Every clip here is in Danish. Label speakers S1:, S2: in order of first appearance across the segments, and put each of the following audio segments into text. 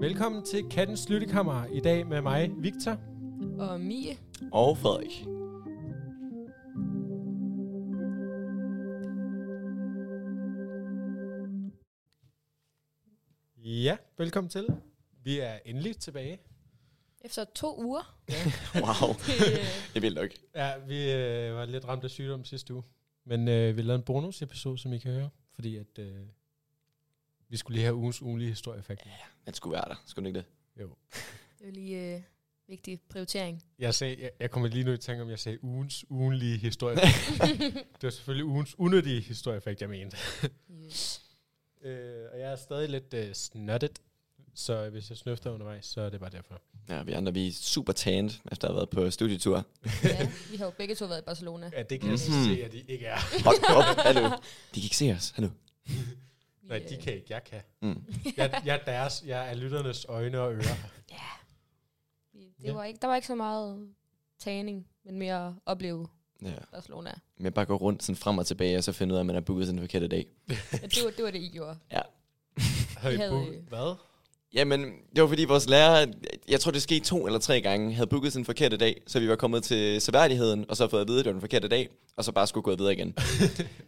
S1: Velkommen til Kattens Lyttekammer. I dag med mig, Victor.
S2: Og Mie.
S3: Og Frederik.
S1: Ja, velkommen til. Vi er endelig tilbage.
S2: Efter to uger.
S3: Wow,
S2: Det,
S3: det er vildt nok.
S1: Ja, vi øh, var lidt ramt af sygdom sidste uge. Men øh, vi lavede en bonusepisode, som I kan høre. Fordi at øh, vi skulle lige have ugens ugenlige historie, faktisk.
S3: Man skulle være der, skulle den ikke det?
S2: det er lige øh, vigtig prioritering.
S1: Jeg, sagde, jeg, jeg kommer lige nu i tanke om, jeg sagde ugens ugenlige historie. det var selvfølgelig ugens unødige historie, faktisk, jeg mente.
S2: Yes.
S1: Øh, og jeg er stadig lidt øh, snottet, så hvis jeg snøfter undervejs, så er det bare derfor.
S3: Ja, vi andre, vi er super tanned, efter at have været på studietur.
S2: Ja, vi har jo begge to været i Barcelona.
S1: Ja, det kan jeg så
S3: Mhm.
S1: se, at de ikke er.
S3: Hold da op, hallo. De kan ikke se os, hallo.
S2: Vi,
S1: Nej, de
S2: øh,
S1: kan ikke. Jeg kan.
S3: Mm.
S1: Jeg, jeg, er deres, jeg er lytternes øjne og ører.
S2: vi- Det
S1: Ja.
S2: var ikke, der var ikke så meget tagning, men mere at opleve
S3: Ja.
S2: Barcelona.
S3: Men bare gå rundt sådan frem og tilbage, og så finde ud af, at man har booket sådan en forkert dag.
S2: Ja, det, var, det var det, I gjorde.
S1: Havde I
S2: havde
S1: booket
S2: jo-
S1: hvad?
S3: Jamen, det var fordi vores lærer, jeg tror det skete to eller tre gange, havde booket sådan en forkert dag, så vi var kommet til seværdigheden, og så fået at vide, at det var den forkerte dag, og så bare skulle gå videre igen.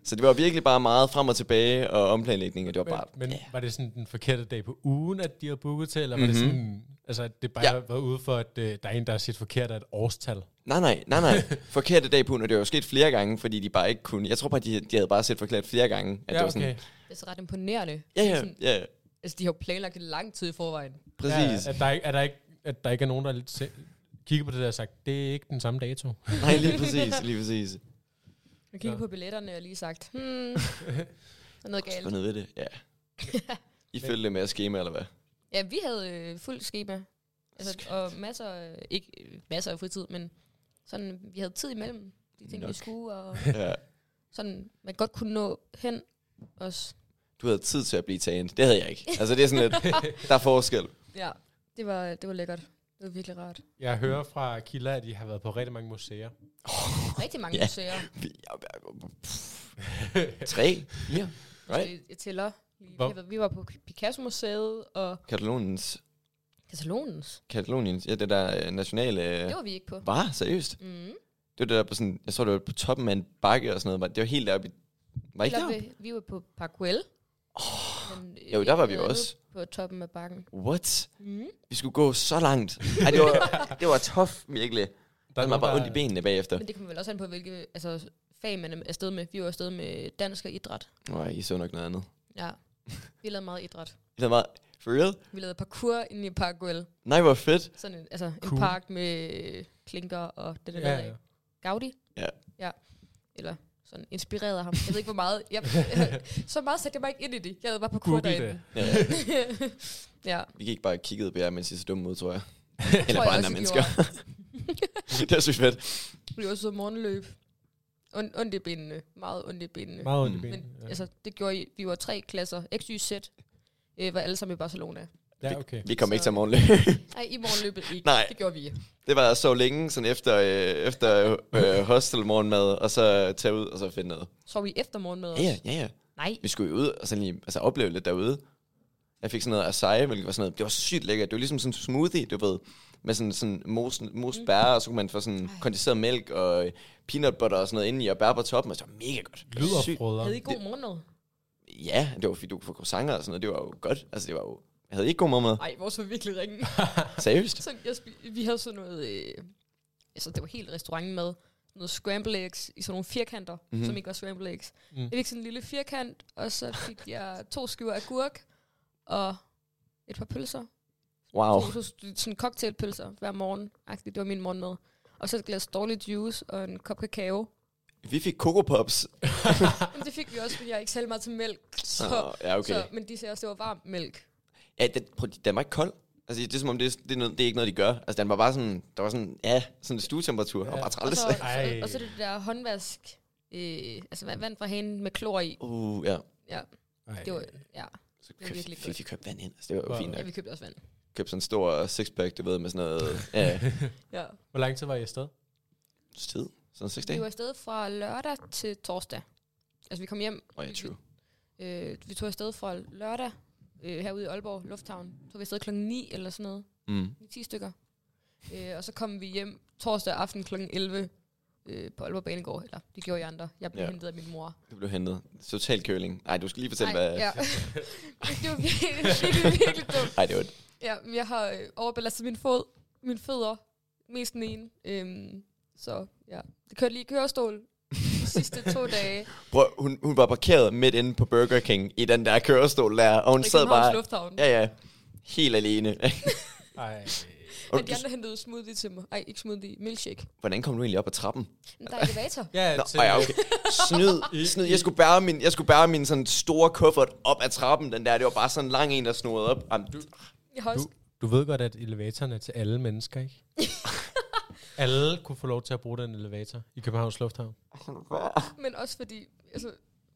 S3: så det var virkelig bare meget frem og tilbage og omplanlægning, og det var bare...
S1: Men, men
S3: ja.
S1: var det sådan den forkerte dag på ugen, at de har booket til, eller var det
S3: Mhm.
S1: sådan, altså at det bare
S3: Ja.
S1: har været ude for, at øh, der er en, der har set forkert af et årstal?
S3: Nej, nej, nej, nej. Forkerte dag på, og det var jo sket flere gange, fordi de bare ikke kunne... Jeg tror bare, de, de havde bare set forkert flere gange. At det var sådan,
S2: Det er så ret imponerende.
S3: ja, ja,
S2: Sådan,
S3: ja, ja,
S2: altså, de har jo planlagt det lang tid i forvejen.
S3: præcis.
S1: Ja,
S3: Ja,
S1: at, der ikke, at, der ikke, at der ikke er nogen, der er lidt se, kigger på det der og sagt, det er ikke den samme dato.
S3: Nej, lige præcis, lige præcis.
S2: Jeg kigger
S1: Ja.
S2: på billetterne og lige sagt, hmm, der er noget
S3: Hvad
S2: galt.
S3: ned ved det? Ja. I følte det med at skema, eller hvad?
S2: Ja, vi havde øh, fuld skema. Altså, og masser, øh, ikke øh, masser af fritid, men sådan, vi havde tid imellem de ting, vi
S3: Nok.
S2: skulle, og
S3: Ja.
S2: sådan, man godt kunne nå hen også.
S3: Du havde tid til at blive taget. Det havde jeg ikke. Altså, det er sådan lidt... Der er forskel.
S2: Ja, det var, det var lækkert. Det var virkelig rart.
S1: Jeg hører fra kilder, at de har været på rigtig mange museer.
S2: Rigtig mange
S3: Ja.
S2: museer.
S3: Vi- Tre? Fire?
S2: Right.
S3: Right?
S2: Jeg, jeg tæller. Vi,
S1: Hvor-
S2: vi var- vi var på Picasso-museet og
S3: Kataloniens...
S2: Katalonens.
S3: Kataloniens... Ja, det der øh, nationale...
S2: Det var vi ikke på.
S3: Var seriøst?
S2: Mm.
S3: Det var det der på sådan... Jeg tror, det var på toppen af en bakke og sådan noget. var- Det var helt deroppe i... Var I ikke
S2: Eller
S3: deroppe?
S2: vi, vi var på Parkwell. Oh. Men, øh,
S3: Jo, der var vi
S2: noget
S3: også.
S2: På toppen af bakken.
S3: What?
S2: Mm.
S3: Vi skulle gå så langt. Ej, det var, det var tough, virkelig.
S1: Der
S3: Der var bare ondt i benene bagefter.
S2: Men det kommer vel også an på, hvilke altså, fag man er afsted med. Vi var afsted med dansk og idræt.
S3: Nej, I så nok noget andet.
S2: Ja. Vi lavede meget idræt.
S3: Det var for real?
S2: Vi lavede parkour inde i Parkwell.
S3: Nej, hvor fedt.
S2: Sådan en, altså,
S1: Cool.
S2: en park med øh, klinker og det der.
S1: Ja,
S2: der,
S1: ja.
S2: Gaudi.
S3: Ja.
S2: Ja. Eller sådan inspireret af ham. Jeg ved ikke, hvor meget. Jeg, så meget satte jeg mig ikke ind i det. Jeg havde bare på kur
S1: Google
S2: derinde.
S1: det.
S3: Ja,
S2: ja.
S3: vi gik bare og kiggede på jer, mens I så dumme ud, tror jeg.
S2: tror
S3: Eller
S2: jeg
S3: på
S2: også,
S3: andre
S2: jeg
S3: mennesker. det var sygt fedt.
S2: gjorde. Vi var så morgenløb. Und, ondt i benene. Meget ondt i benene.
S1: Meget ondt i
S3: Mm.
S1: benene.
S2: Men
S1: ja.
S2: altså, det gjorde I. Vi var tre klasser. X, Y, Z. Øh, var alle sammen i Barcelona.
S1: ja, okay.
S3: Vi kom
S2: Så-
S3: ikke til morgenløb.
S2: Nej, i morgenløbet ikke.
S3: Nej.
S2: Det gjorde vi.
S3: det var så længe, sådan efter, øh, efter øh, hostel morgenmad, og så tage ud og så finde noget.
S2: Så vi efter morgenmad
S3: Ja,
S2: også.
S3: ja, ja, ja.
S2: Nej.
S3: Vi skulle jo ud og sådan lige, altså, opleve lidt derude. Jeg fik sådan noget acai, hvilket var sådan noget, det var sygt lækkert. Det var ligesom sådan en smoothie, du ved, med sådan, sådan mos, mos
S2: Mm.
S3: bær, og så kunne man få sådan kondenseret mælk og øh, peanut butter og sådan noget indeni, og bær på toppen, og så mega godt. Det var sygt.
S1: Lyderfrøder.
S2: Havde I god morgenmad?
S3: Ja, det var fordi, du kunne få croissanter og sådan noget, det var jo godt. Altså, det var jo, jeg havde ikke god morgenmad.
S2: Nej, vores var virkelig ringe.
S3: Seriøst?
S2: Så jeg spi- vi havde sådan noget, øh, altså det var helt restaurantmad, noget scramble eggs i sådan nogle firkanter,
S3: Mhm.
S2: mm-hmm. som ikke var scramble eggs.
S1: Mm.
S2: Mm. Jeg fik sådan en lille firkant, og så fik jeg to skiver agurk og et par pølser.
S3: Wow.
S2: Oh. Så, så, sådan cocktailpølser hver morgen. -agtigt. Det var min morgenmad. Og så et glas dårlig juice og en kop kakao.
S3: Vi fik Coco Pops.
S2: Men det fik vi også, fordi jeg ikke særlig meget til mælk. Så,
S3: Åh, ja, Ah, okay.
S2: så, men de sagde også, at det var varm mælk.
S3: Ja, den, prøv, den var ikke kold. Altså, det er som om, det, er- det, er, noget, det er ikke noget, de gør. Altså, den var bare sådan, der var sådan, ja, sådan en stuetemperatur. Ja. Og bare
S2: Og
S3: træls.
S2: så,
S1: Ej.
S2: så, og så det der håndvask, øh, altså vand- vand fra hanen med klor i.
S3: Uh, ja.
S2: Ja.
S1: Ej.
S2: Det var, ja.
S3: Så
S2: var
S3: køb,
S2: virkelig
S3: fik vi købt vand ind. Altså, det var
S1: Wow.
S3: jo fint
S2: ja,
S3: nok.
S2: vi købte også vand.
S3: Købte sådan en stor sixpack, du ved, med sådan noget. Ja,
S2: Ja.
S1: Hvor lang tid var I afsted?
S3: tid. Sådan 6
S2: Vi
S3: dage?
S2: var afsted fra lørdag til torsdag. Altså, vi kom hjem.
S3: Åh, ja, true.
S2: Øh, vi tog afsted fra lørdag øh, herude i Aalborg Lufthavn. Så tog vi afsted klokken 9 eller sådan noget.
S3: Mm.
S2: 10 stykker. Øh, og så kom vi hjem torsdag aften klokken 11 øh, på Aalborg Banegård. Eller det gjorde jeg andre. Jeg blev
S3: Ja.
S2: ja. hentet af min mor.
S3: Du blev hentet. Total køling. Nej, du skal lige fortælle,
S2: Ej,
S3: hvad...
S2: ja. det var virkelig, virkelig, virkelig dumt.
S3: Ej, det var
S2: Ja, men jeg har øh, overbelastet min fod, min fødder, mest den ene. Øhm, så ja, det kørte lige i kørestol de sidste to dage.
S3: Prøv, hun, hun var parkeret midt inde på Burger King i den der kørestol der, og hun
S2: i
S3: sad
S2: Københavns
S3: bare...
S2: Lufthavn. Ja,
S3: Ja, ja. Helt alene.
S1: Ej.
S3: og
S2: men de
S3: du,
S2: andre hentede smoothie til mig. Ej, ikke smoothie, milkshake.
S3: hvordan kom du egentlig op ad trappen?
S2: Men der er elevator.
S1: Ja,
S3: Nå,
S1: til,
S3: ej, okay. Snyd, snyd. Jeg skulle bære min, jeg skulle bære min sådan store kuffert op ad trappen, den der. Det var bare sådan en lang en, der snurrede op. Jamen, du,
S2: Jeg har også,
S1: du, du ved godt, at elevatoren er til alle mennesker, ikke? alle kunne få lov til at bruge den elevator i Københavns Lufthavn.
S2: men også fordi, altså,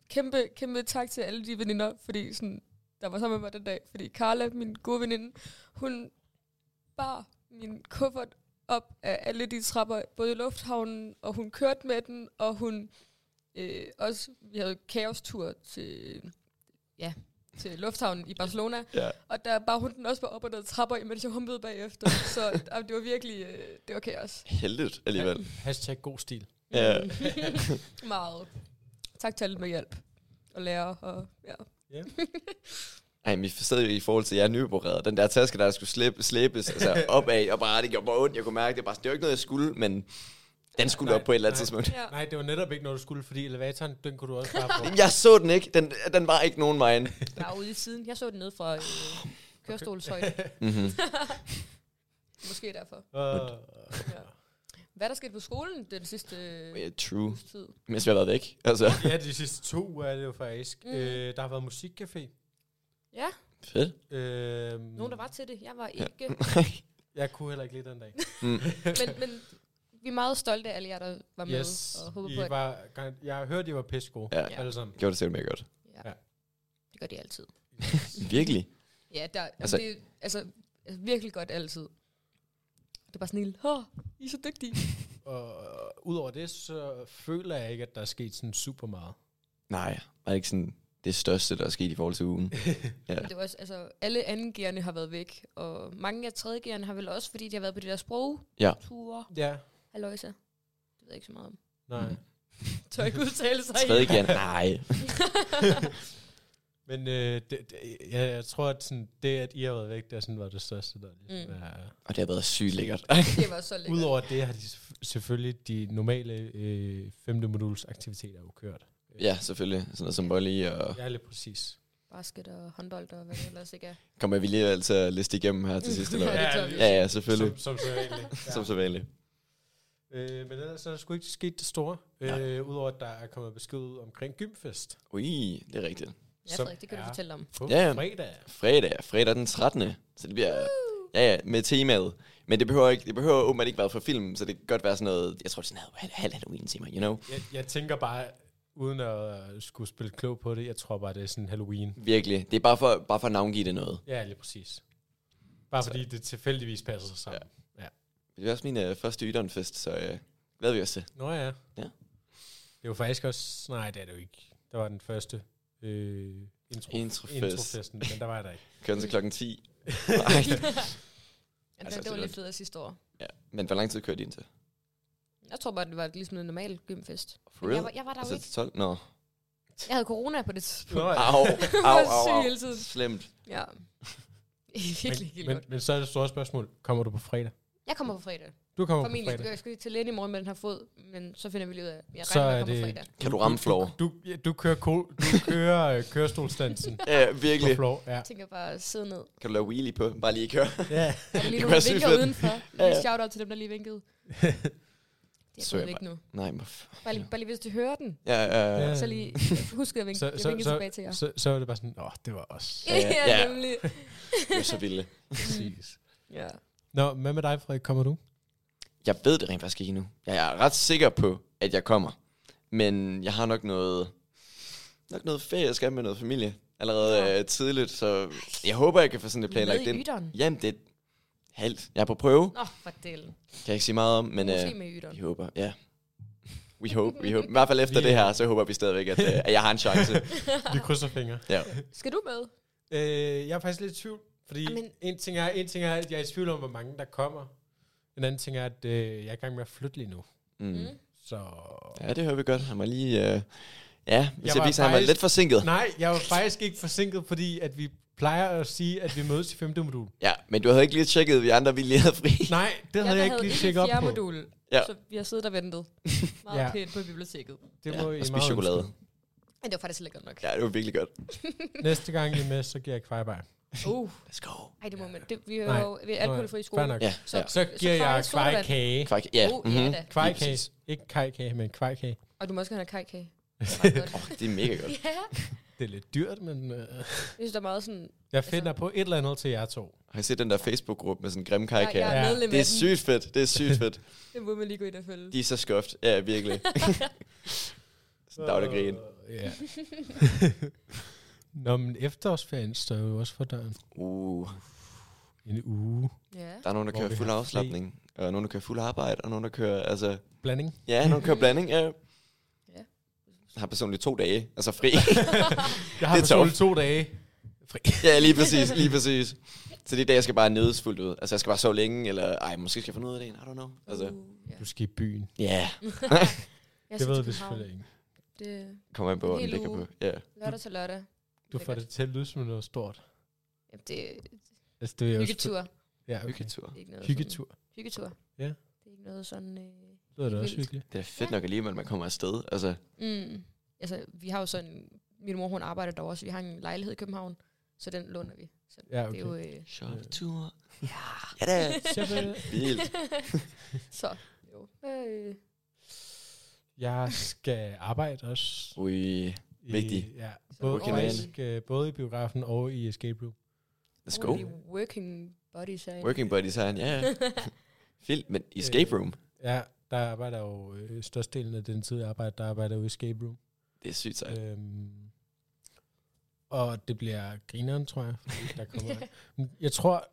S2: kæmpe, kæmpe tak til alle de veninder, fordi sådan, der var sammen med mig den dag. Fordi Carla, min gode veninde, hun bar min kuffert op af alle de trapper, både i lufthavnen, og hun kørte med den, og hun øh, også, vi havde kaostur til, ja, til lufthavnen i Barcelona,
S3: ja.
S2: og der bar hun den også bare op og ned ad trapper, imens jeg humpede bagefter. Så ah, det var virkelig, øh, det var kaos.
S3: Heldigt alligevel.
S1: Hashtag god stil.
S3: Ja.
S2: Mm. Meget. Tak til alle med hjælp og lærer. Og, ja.
S3: Ej, men vi sad jo i forhold til, at jeg er nyopereret. Den der taske, der skulle slæbe, slæbes altså, opad, og bare, det gjorde mig ondt. Jeg kunne mærke, det var, bare, det var ikke noget, jeg skulle, men den skulle
S1: Nej,
S3: op på et eller andet
S1: nej.
S3: tidspunkt.
S2: ja.
S1: Nej, det var netop ikke noget, du skulle, fordi elevatoren, den kunne du også bare bruge.
S3: Jamen, Jeg så den ikke. Den, den var ikke nogen vejen.
S2: Jeg var ude i siden. Jeg så den ned fra øh, kørestolshøjde.
S3: Mm-hmm.
S2: Måske derfor.
S1: Og,
S2: Ja. Hvad er der sket på skolen den sidste øh,
S3: Yeah, true.
S2: uges tid?
S3: Mens vi har været væk. Altså,
S1: øh, ja, de sidste to uger er det jo faktisk. Mm.
S2: Mm.
S1: Øh, der har været musikcafé.
S2: Ja,
S3: fedt.
S1: Øh,
S2: nogen der var til det. Jeg var
S3: Ja.
S2: ikke.
S1: Jeg kunne heller ikke lide den dag.
S2: Men, men vi er meget stolte af alle jer, der var med.
S1: yes,
S2: Og håber
S1: I
S2: på, at
S1: var, gar- jeg hørte, I var pisse gode.
S3: Ja.
S1: Alle sammen.
S3: Gjorde det selv mere godt.
S2: ja.
S1: Ja.
S2: det gør de altid.
S3: Virkelig.
S2: Ja, der,
S3: Altså-
S2: altså, det er altså, altså, virkelig godt altid. Det er bare sådan en, lille, "Åh, I er så dygtige.
S1: Og øh, udover det, så føler jeg ikke, at der er sket sådan super meget.
S3: Nej, var det ikke sådan det største, der er sket i forhold til ugen? Ja.
S2: Men det var også, altså, alle andengerne har været væk, og mange af tredjegerne har vel også, fordi de har været på de der
S3: Ja.
S2: sprogture.
S1: Ja,
S2: Halløjsa. Det ved jeg ikke så meget om.
S1: nej.
S3: Mm.
S1: Mm.
S2: Tør ikke udtale sig.
S3: Tredje igen. Nej.
S1: Men øh, det, det, jeg, jeg tror, at sådan, det, at I har været væk, det er sådan, var det største, der ligesom
S2: Mm.
S1: mm. er.
S3: Og det har været sygt lækkert.
S2: Det var så lækkert.
S1: Udover det har de selvf- selvfølgelig de normale øh, femte moduls aktiviteter jo kørt.
S3: ja, selvfølgelig. Sådan noget som volley og...
S1: Ja, lige præcis.
S2: Basket og håndbold og hvad det ellers ikke er.
S3: Kommer vi lige altså at liste igennem her til sidst? Eller?
S2: Ja,
S3: hvad?
S2: det tør vi.
S3: ja, ja, selvfølgelig.
S1: Som, som så vanligt.
S3: Som, som så vanligt.
S1: Øh, men ellers er der sgu ikke sket det store.
S3: Nej.
S1: Øh, Udover at der er kommet besked ud omkring gymfest
S3: Ui, det er rigtigt.
S2: Ja,
S1: Som
S2: Frederik, det kan du
S1: er-
S2: fortælle om.
S1: på
S3: Ja, ja.
S1: fredag.
S3: Fredag, fredag den 13. Så det bliver... Ja, ja, med temaet. Men det behøver, ikke, det behøver åbenbart ikke være fra film, så det kan godt være sådan noget... Jeg tror, det er sådan noget halv Halloween-tema, you know?
S1: Jeg, jeg tænker bare, uden at øh, skulle spille klog på det, jeg tror bare, det er sådan Halloween.
S3: Virkelig. Det er bare for, bare for at navngive det noget.
S1: Ja, lige præcis. Bare fordi det tilfældigvis passer sig sammen. Ja.
S3: Det er også min øh, første Ydernfest, så øh, glæder vi os til.
S1: Nå ja.
S3: Ja.
S1: Det er jo faktisk også... Nej, det er det jo ikke. Der var den første øh, intro,
S3: Introfest.
S1: introfesten, men der var jeg der ikke.
S3: Kører den til klokken 10? Nej.
S2: Ja,
S3: Altså,
S2: det,
S3: det
S2: det var
S3: var-
S2: lidt federe sidste år.
S3: ja. Men hvor lang tid kører de ind til?
S2: Jeg tror bare, det var ligesom en normal gymfest.
S3: For
S2: Men jeg,
S3: real?
S2: var, jeg var der jo
S3: Altså
S2: ikke.
S3: til 12? Nå. Au,
S2: Jeg havde corona på det tidspunkt.
S1: Nå, ja.
S3: au, au,
S2: var syg
S3: au,
S2: hele tiden.
S3: Slemt.
S2: Ja. Virkelig helt
S1: men, men,
S2: godt.
S1: men så er det store spørgsmål. Kommer du på fredag?
S2: Jeg kommer på fredag.
S1: Du kommer på
S2: Formentlig.
S1: fredag.
S2: Jeg skal lige til lægen i morgen med den her fod, men så finder vi lige ud af. Jeg
S1: Så
S2: regner med,
S1: er
S2: at jeg
S1: det-
S2: kommer fredag.
S3: Kan du ramme floor?
S1: Du, ja, du kører, ko, du kører øh, kørestolstansen
S3: Ja,
S1: på
S3: virkelig.
S1: floor. Ja.
S2: Jeg tænker bare at sidde ned.
S3: Kan du lave wheelie på? Bare lige køre.
S1: ja.
S2: Der er lige
S3: kunne
S2: nogle
S3: være sygt
S2: vinker
S3: fedt.
S2: udenfor.
S3: Ja,
S2: Lige
S3: ja.
S2: shout out til dem, der lige vinkede. Det er
S3: Så
S2: gået
S3: jeg
S2: væk nu.
S3: Nej, men f-
S2: Bare lige, bare lige hvis du hører den,
S3: Ja, ja, ja.
S1: Ja.
S2: så lige husk at vinke.
S1: Så-
S2: jeg
S1: så-
S2: vinker
S1: så-
S2: tilbage til jer.
S1: Så, så er det bare sådan, åh, det var os.
S3: Ja,
S2: ja,
S3: ja.
S2: nemlig.
S3: Det er så vildt.
S1: Præcis.
S2: Ja.
S1: Nå, hvad med dig, Frederik? Kommer du?
S3: Jeg ved det rent faktisk ikke endnu. Jeg er ret sikker på, at jeg kommer. Men jeg har nok noget... Nok noget ferie, jeg skal med noget familie. Allerede
S2: Nå.
S3: øh, tidligt, så jeg håber, jeg kan få sådan det planlagt
S2: med i
S3: ind.
S2: ytteren.
S3: Jamen, det er halvt. Jeg er på prøve.
S2: Nå, for delen.
S3: Kan jeg ikke sige meget om, men
S2: Måske
S3: øh,
S2: med i ytteren.
S3: jeg håber, ja. We hope, we hope. I hvert fald efter
S1: Vi-
S3: det her, så håber vi stadigvæk, at, øh, at jeg har en chance.
S1: Vi krydser fingre.
S3: Ja.
S2: Skal du med?
S1: Øh, jeg er faktisk lidt i tvivl, fordi
S2: Men-
S1: Men... en, ting er, en ting er, at jeg er i tvivl om, hvor mange der kommer. En anden ting er, at øh, jeg er i gang med at flytte lige nu.
S3: Mm.
S1: Så...
S3: Ja, det hører vi godt. Han var lige... Øh, ja, hvis
S1: Jeg
S3: jeg,
S1: var
S3: viser, at han var
S1: faktisk-
S3: lidt forsinket.
S1: Nej, jeg var faktisk ikke forsinket, fordi at vi plejer at sige, at vi mødes i femte modul.
S3: Ja, men du havde ikke lige tjekket, at vi andre vi lige havde fri.
S1: Nej, det havde jeg, ikke lige tjekket op på.
S2: modul,
S3: Ja.
S2: så vi har siddet og ventet meget
S1: Ja.
S2: ja. pænt på biblioteket.
S1: Det
S3: Ja,
S1: må I
S3: og spise
S1: meget
S3: chokolade.
S1: undskylde.
S2: Men det var faktisk lækkert nok.
S3: Ja, det var virkelig godt.
S1: Næste gang I er med, så giver jeg kvejbej.
S2: Uh,
S3: Let's go.
S2: ej, det må man. Det, vi
S1: Nej.
S2: er jo vi er alkoholfri
S1: Fair
S2: i skole.
S1: nok.
S3: Ja,
S2: Så-
S3: ja.
S1: Så giver
S2: Så
S1: jeg
S2: faktisk sodavand.
S1: kvejkage.
S3: Faktisk, ja.
S2: Oh, ja
S3: mhm.
S2: da.
S1: Kvejkage. Ikke kajkage, men kvejkage.
S2: Og du må også gerne have kajkage. Det er ret godt.
S3: Det er mega godt.
S2: ja.
S1: Det er lidt dyrt, men øh,
S2: Jeg synes, der er meget sådan...
S1: jeg finder på et eller andet til jer to.
S3: Har I set den der Facebook-gruppe med sådan en grim
S2: Jeg,
S3: kajkage?
S2: jeg er
S1: Ja.
S2: medlem
S3: Det
S2: af
S3: er sygt fedt. Det er sygt fedt.
S2: den. Det må man lige gå ind og følge.
S3: De er så skuffet. Ja, virkelig. Sådan daglig grin.
S1: Øh, Ja. Nå, men efterårsferien står jo også for døren.
S3: Uh,
S1: En uge.
S2: Ja.
S3: der er nogen, der
S1: Hvor
S3: kører
S1: vi
S3: fuld
S1: har fri.
S3: afslappning, og nogen, der kører fuld arbejde, og nogen, der kører, altså...
S1: Blanding.
S3: Ja, nogen kører blanding. Ja.
S2: Ja.
S3: Jeg har personligt to dage, altså fri.
S1: Jeg har
S3: Det er
S1: personligt to dage. Fri.
S3: ja, lige præcis, lige præcis. Så det er dag, jeg skal bare nedes fuldt ud. Altså, jeg skal bare sove længe, eller ej, måske skal jeg få noget af det, I don't know. Altså, ja.
S2: Uh, ja.
S1: Du skal i byen.
S3: Yeah.
S2: Jeg
S1: Det
S2: skal
S1: ved
S2: til
S1: vi
S2: København.
S1: selvfølgelig ikke.
S2: Det er
S3: Kommer an på, hvor den
S2: Hele
S3: ligger på.
S2: uge.
S3: Ja.
S2: lørdag til lørdag.
S1: Du får
S2: Lækkert.
S1: det til at lyde som noget stort.
S2: Jamen, det er
S1: Altså, det er jo
S2: hyggetur.
S1: Ja, okay.
S3: Hyggetur.
S2: Det er ikke noget
S1: Hyggetur.
S2: Sådan, hyggetur.
S1: Ja.
S2: Det er ikke noget sådan... Øh,
S1: Det er da også
S2: Vildt.
S1: hyggeligt.
S3: Det er fedt nok alligevel, at man kommer afsted. Altså,
S2: Mm. Altså, vi har jo sådan... Min mor, hun arbejder der også. Vi har en lejlighed i København, så den låner vi. Så
S1: Ja,
S2: det
S1: okay.
S2: er jo... Øh,
S3: shoptur.
S2: ja.
S3: Ja da.
S1: Shopper.
S3: Vildt.
S2: så, jo. Øh,
S1: Jeg skal arbejde også.
S3: Ui,
S1: i-
S3: Vigtig.
S1: Ja,
S2: Så
S1: både,
S3: working
S1: faktisk, øh, både i biografen og i Escape Room.
S3: let's
S2: ordentlige
S3: go.
S2: Working buddies herinde.
S3: Working buddies har han, ja.
S2: Øh.
S3: ja. Vildt, men escape room.
S1: Ja, der arbejder jeg jo øh, størstedelen af den tid, jeg arbejder, der arbejder jeg jo i Escape Room.
S3: Det er sygt sejt.
S1: Øhm, og det bliver grineren, tror jeg. fordi Der kommer, Men jeg tror,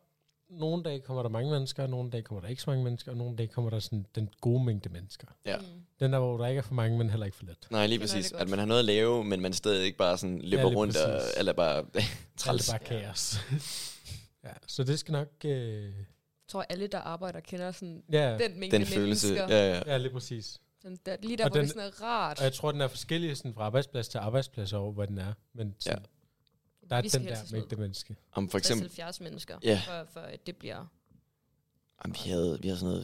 S1: nogle dage kommer der mange mennesker, og nogle dage kommer der ikke så mange mennesker, og nogle dage kommer der sådan den gode mængde mennesker.
S3: Ja.
S2: Mm.
S1: Den der, hvor der ikke er for mange, men heller ikke for lidt.
S3: Nej, lige
S2: Kender
S3: præcis.
S2: det godt.
S3: At man har noget at lave, men man stadig ikke bare sådan løber
S1: lige
S3: rundt og,
S1: præcis.
S3: eller bare
S1: Så er det
S3: træls.
S1: bare kaos. ja, så det skal nok... Øh,
S2: Jeg tror, alle, der arbejder, kender sådan
S1: ja,
S2: den mængde
S3: Den følelse.
S2: mennesker.
S3: Ja, ja.
S1: ja, lige præcis.
S2: Sådan der, lige der,
S1: Og
S2: hvor
S1: den-
S2: det sådan er rart.
S1: Og jeg tror, den er forskellig sådan, fra arbejdsplads til arbejdsplads over, hvor den er. Men sådan, ja. der er
S2: Vi skal
S1: den
S2: helst
S1: der
S2: sådan
S1: mængde menneske.
S3: Om for eksempel,
S2: 60-70 mennesker,
S3: Ja.
S2: for, for at det bliver...
S3: om vi, havde, vi havde sådan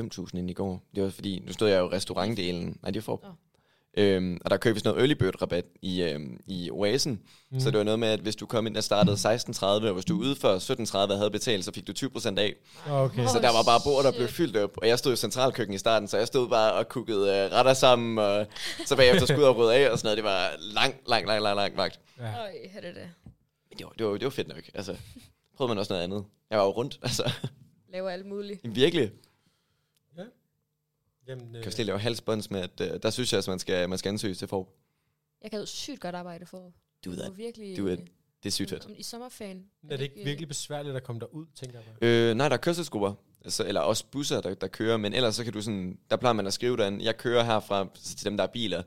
S3: noget 4-5.000 ind i går. Det var fordi, nu stod jeg jo i restaurantdelen. Nej, det var for.
S2: Nå.
S3: Øhm, og der købte vi sådan noget early bird rabat i, øhm, i Oasen. Mm. Så det var noget med, at hvis du kom ind og startede 16.30, og hvis du er ude for 17.30 og havde betalt, så fik du 20% af.
S1: Okay.
S3: Så
S2: Åh,
S3: der var bare bord, der
S2: shit.
S3: blev fyldt op, og jeg stod i centralkøkken i starten, så jeg stod bare og kukkede øh, retter sammen, og så bagefter skulle jeg ud og rydde af og sådan noget. Det var lang, lang, lang, lang, lang vagt.
S1: Ja.
S2: Øj, er det det.
S3: Men det var, det var, det var fedt nok, altså. Prøvede man også noget andet. Jeg var jo rundt, altså.
S2: Laver alt muligt.
S3: Virkelig.
S1: Jamen, øh,
S3: Jeg kan stille lave halsbånds med, at øh, der synes jeg, at man skal, man skal ansøge til for.
S2: Jeg kan jo sygt godt arbejde for.
S3: Do
S2: Du
S3: that.
S2: er virkelig...
S3: Do it. Det er sygt fedt.
S2: Om, I sommerferien.
S1: er det ikke virkelig besværligt at komme derud, tænker jeg bare.
S3: Øh, nej, der er kørselsgrupper, altså, eller også busser, der, der kører, men ellers så kan du sådan, der plejer man at skrive derinde, jeg kører herfra til dem, der er biler,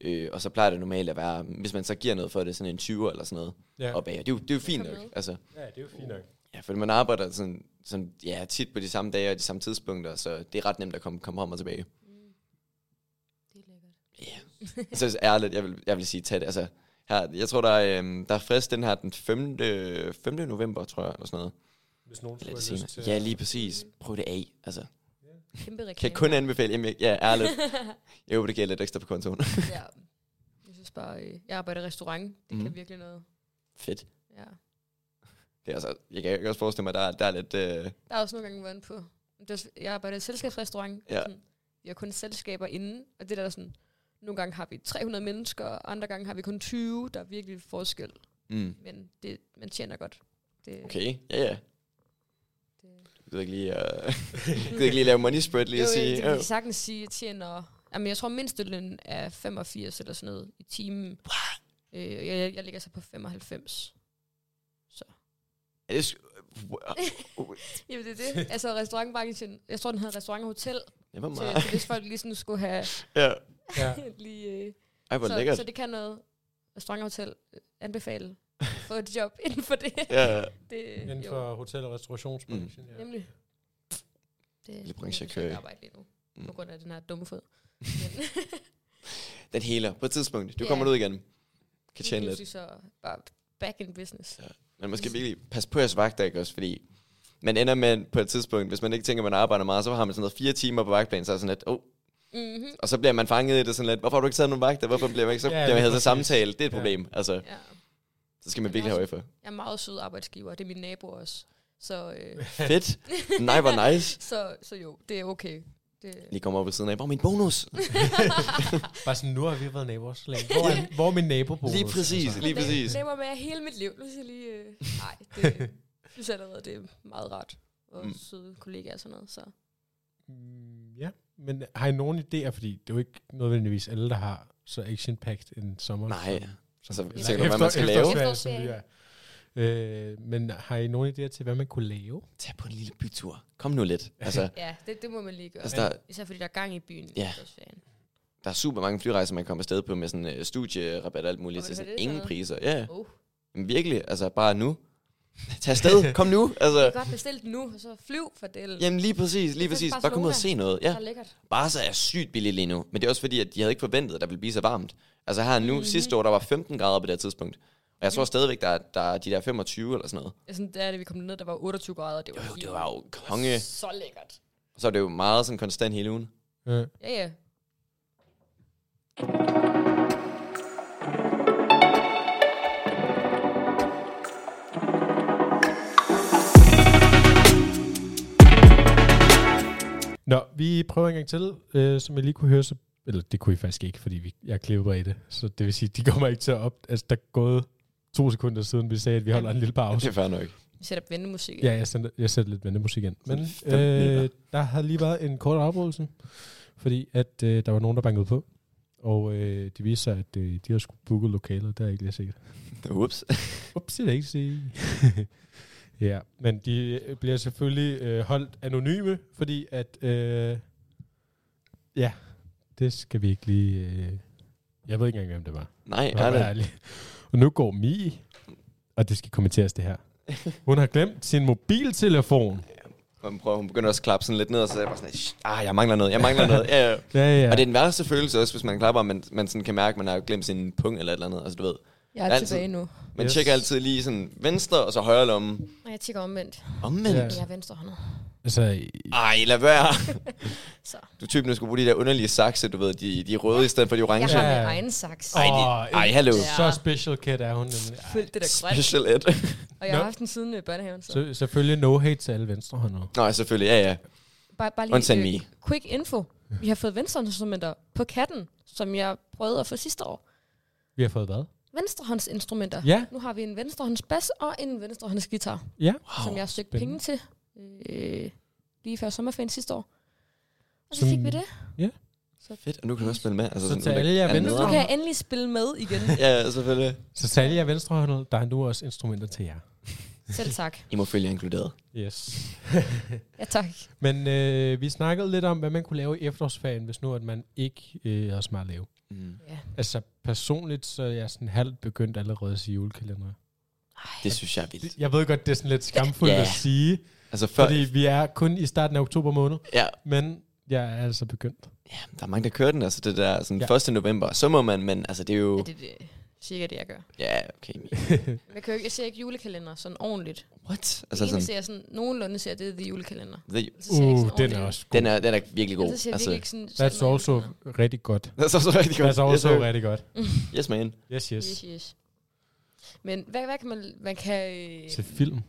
S3: øh, og så plejer det normalt at være, hvis man så giver noget for det, sådan en 20 eller sådan noget
S1: Ja,
S3: ja. opad, og det, er jo- det er jo fint
S2: kan
S3: nok,
S2: med.
S3: altså.
S1: ja det er jo fint nok.
S3: Ja, for man arbejder sådan, sådan, ja, tit på de samme dage og de samme tidspunkter, så det er ret nemt at komme, komme frem og tilbage.
S2: Mm. Det er lækkert.
S3: Så ærligt, jeg vil, jeg vil sige, tag det. Altså, her, jeg tror, der er, øhm, der er frist den her den 5. 5. november, tror jeg, eller sådan noget.
S1: Hvis nogen skulle
S3: Eller det
S1: have lyst til
S3: senere. Ja, lige præcis. Prøv det af. Altså,
S2: Kæmpe reklame.
S3: kan jeg kun anbefale, jamen, ja, ærligt. Jo, det giver lidt ekstra på kontoen.
S2: ja. Jeg synes bare, øh, jeg arbejder i restaurant. Det
S3: Mhm.
S2: kan virkelig noget.
S3: Fedt.
S2: Ja.
S3: Det er altså, jeg kan jeg kan også forestille mig, at der, er- der er lidt... Øh,
S2: Der er også nogle gange vand på. Det er, også- jeg arbejder i et selskabsrestaurant.
S3: Ja.
S2: Ja. Sådan, vi har kun selskaber inden, og det der er sådan, nogle gange har vi 300 mennesker, og andre gange har vi kun 20. Der er virkelig forskel,
S3: mm.
S2: men det, man tjener godt. Det,
S3: Okay, ja, ja.
S2: det,
S3: Jeg gider ikke lige, øh, jeg gider ikke lige lave money spread, lige at
S2: jo,
S3: sige.
S2: det kan
S3: Øh.
S2: vi sagtens sige, at jeg tjener... Jamen, jeg tror, mindstelønnen er 85 eller sådan noget i timen. Øh, jeg, jeg, jeg ligger så på 95.
S3: Er det... s- øh, øh,
S2: Jamen, det er det. Altså, restaurantbranchen... Jeg tror, den hedder restaurant og hotel.
S3: Det var
S2: Så
S3: meget.
S2: hvis folk lige sådan skulle have
S3: Ja.
S1: Ja.
S2: Lige, øh,
S3: Ej, hvor
S2: så,
S3: lækkert.
S2: så det kan noget. Restaurant og hotel øh, anbefale. Få et job inden for det.
S3: Ja, ja.
S2: det
S1: Inden
S2: jo,
S1: for hotel- og restaurationsbranchen. Mm. Ja.
S2: Nemlig. Det
S3: Lille branche,
S2: jeg forsøger
S3: kører.
S2: at arbejde lige nu.
S3: Mm.
S2: På grund af den her dumme fod. Men
S3: Den heler på et tidspunkt. Du
S2: Ja.
S3: kommer ud igen. Kan
S2: lige
S3: tjene lidt.
S2: pludselig så bare back in business.
S3: Ja. Men man skal virkelig passe på jeres vagter, ikke også? Fordi man ender med på et tidspunkt, hvis man ikke tænker, at man arbejder meget, så har man sådan noget fire timer på vagtplanen, så er det sådan lidt, oh,
S2: Mm-hmm.
S3: og så bliver man fanget i det sådan lidt, hvorfor har du ikke taget nogen vagter, hvorfor bliver man ikke, så
S1: Ja,
S3: bliver man
S1: lige
S3: hedder til
S1: præcis.
S3: altså samtale, det er et
S1: Ja.
S3: problem, altså,
S2: Ja.
S3: så skal man
S2: Men
S3: virkelig have øje for.
S2: Jeg er meget sød arbejdsgiver, det er mine naboer også. Så, øh,
S3: Fedt, nej, hvor nice.
S2: så, så jo, det er okay. Det,
S3: Lige kommer op ved siden af, hvor er min bonus?
S1: Bare sådan, nu har vi været naboer så længe. Hvor er, hvor er min Altså. nabo på?
S3: Lige præcis, lige præcis.
S2: Det var med hele mit liv. Nu skal jeg lige... Øh, nej, det synes jeg allerede, det er meget rart. Og
S3: Mm.
S2: mm. søde kollegaer og sådan noget. Så.
S1: Mm, Ja, men har I nogen idéer, fordi det er jo ikke nødvendigvis alle, der har så action-packed en sommer.
S3: Nej,
S1: som,
S3: så
S1: eller
S3: tænker du, hvad man skal
S1: efter-
S3: lave?
S1: efterårsferie, som vi
S2: Efterårsferie.
S1: er. Øh, men har I nogen idéer til, hvad man kunne lave?
S3: tag på en lille bytur. Kom nu lidt. Altså,
S2: Ja, det, det må man lige gøre.
S3: altså der,
S2: Især fordi der er gang i byen.
S3: Ja. der er super mange flyrejser, man kommer afsted på med sådan øh, studierabat og alt muligt.
S2: Og
S3: Til
S2: hvad er
S3: sådan
S2: det
S3: ingen
S2: for noget?
S3: priser. Ja,
S2: Oh,
S3: men virkelig. Altså, bare nu. Tag afsted. Kom nu. Altså,
S2: jeg kan godt bestille den nu, og så flyv for det. Ja,
S3: jamen lige præcis, lige
S2: Det er
S3: præcis.
S2: faktisk
S3: Bare kom ud og se
S2: Barcelona.
S3: noget.
S2: ja.
S3: Ja.
S2: Så lækkert.
S3: Barca er sygt billig lige nu, men det er også fordi, at de havde ikke forventet, at der ville blive så varmt. Altså her nu,
S2: Mhm.
S3: mm-hmm. sidste år, der var 15 grader på det her tidspunkt. Og jeg tror stadigvæk, der, er- der er de der 25 eller sådan noget.
S2: Sådan, der, da vi kom ned, der var 28 grader, og det var,
S3: Jo, jo, det
S2: helt-
S3: var jo konge.
S2: så lækkert.
S3: Og så er det jo meget sådan konstant hele ugen.
S1: Øh,
S2: Ja, ja.
S1: Nå, vi prøver en gang til, øh, som jeg lige kunne høre, så, eller det kunne I faktisk ikke, fordi vi, jeg klipper i det, så det vil sige, de kommer ikke til at op, altså der er gået to sekunder siden, vi sagde, at vi holder en lille
S3: Det
S1: pause.
S3: er fair nok.
S2: Vi sætter vendemusik.
S1: Ja, jeg, sender, jeg sætter lidt vendemusik ind. Men
S3: Sådan 15
S1: øh,
S3: minutter.
S1: der havde lige været en kort afbrydelse, fordi at øh, der var nogen, der bankede på, og øh, det viste sig, at øh, de har skulle booket lokalet, det har jeg ikke lige set.
S3: Ups.
S1: Ups, det er ikke sige. ja, men de øh, bliver selvfølgelig øh, holdt anonyme, fordi at, øh, ja, det skal vi ikke lige, øh, jeg ved ikke engang, hvem det var.
S3: Nej,
S1: Jeg
S3: er
S1: var
S3: det.
S1: ærlig. Og nu går Mi, og det skal kommenteres det her. Hun har glemt sin mobiltelefon.
S3: Og Hun, prøver, hun begynder også at klappe sådan lidt ned, og så er jeg bare sådan, "Shh, ah, jeg mangler noget, jeg mangler noget. Ja, ja.
S1: Ja, ja.
S3: Og det er den værste følelse også, hvis man klapper, og man, man sådan kan mærke, at man har glemt sin pung eller et eller andet. Altså, du ved.
S2: Jeg er
S3: Altid.
S2: tilbage nu.
S3: Man
S1: Yes.
S3: yes. tjekker altid lige sådan venstre, og så højre lomme.
S2: Og jeg tigger omvendt.
S3: Omvendt.
S1: Ja.
S3: Ja.
S2: Jeg er venstrehåndet.
S1: Altså,
S3: Ej, lad være.
S2: Så.
S3: Du er typen, der skulle bruge de der underlige sakse, du ved, de, de er røde i stedet for de
S2: Jeg
S3: orange.
S2: har
S3: Ja.
S1: Ja.
S2: min egen saks.
S3: Ej, de-
S1: Åh,
S3: ej, hallo.
S1: Så
S2: Ja.
S1: special kid er hun nemlig. Ej,
S2: Fyldt det der grønt.
S3: Special ed.
S2: Og jeg har
S1: Nå.
S2: haft den siden øh, børnehaven. Så.
S1: Så, selvfølgelig no hate til alle venstrehåndede.
S3: Nå, selvfølgelig, ja, ja.
S2: Bare, bare
S3: Undtagen
S2: lige øh,
S3: Mie.
S2: quick info. Vi har fået venstrehåndsinstrumenter på katten, som jeg prøvede at få sidste år.
S1: Vi har fået hvad?
S2: Venstrehåndsinstrumenter.
S1: Ja,
S2: Nu har vi en venstrehåndsbas og en venstrehåndsgitar,
S1: ja.
S2: wow, som jeg har søgt
S1: spændende.
S2: penge til øh, lige før sommerferien sidste år. Og så
S1: Som-
S2: fik vi det.
S3: Fedt, og nu kan du også spille med. Altså,
S1: Så til alle
S3: under-
S1: jer
S3: alle
S1: venstre.
S2: Nu
S1: Nå.
S3: nederen.
S2: kan jeg endelig spille med igen.
S3: Ja, selvfølgelig.
S1: Så særlig jeg venstrehåndet, der er nu også instrumenter til jer.
S2: Selv tak.
S3: I må følge jer inkluderet.
S1: Yes.
S2: Ja, tak.
S3: Uh.
S1: Men øh, vi snakkede lidt om, hvad man kunne lave i efterårsferien, hvis nu at man ikke øh, havde smart lave.
S3: Mm.
S2: Ja.
S1: Altså personligt, så er jeg sådan halvt begyndt allerede at sige julekalender.
S3: Det synes jeg er vildt.
S1: Jeg ved godt, det er sådan lidt skamfuldt
S3: Ja.
S1: yeah. at sige,
S3: Altså, før,
S1: fordi vi er kun i starten af oktober måned,
S3: ja,
S1: men jeg er altså begyndt.
S3: der er mange, der kører den, altså det der sådan
S1: Ja.
S3: ja. 1. november. Så må man, men altså, det er
S2: Ja,
S3: jo...
S2: det er det, cirka det, jeg gør.
S3: Ja, okay.
S2: Jeg, kan jo ikke, jeg ser ikke julekalender sådan ordentligt.
S3: What?
S2: Altså
S3: Altså,
S2: det eneste,
S3: sådan,
S2: jeg sådan, nogenlunde ser, det er The Julekalender.
S3: the,
S2: Så ser jeg ikke
S1: Uh, den
S2: sådan
S1: er
S2: ordentligt.
S1: også god.
S3: den, er, den er virkelig god.
S2: Ellers ser jeg
S3: altså,
S2: virkelig ikke sådan...
S1: That's
S2: sådan
S1: also
S2: noget.
S1: rigtig godt.
S3: That's also rigtig godt.
S1: That's also
S3: yes, sir.
S1: rigtig godt.
S3: yes, man.
S1: Yes, yes.
S2: Yes, yes. Men hvad, hvad kan man... Man kan øh,
S1: Til film.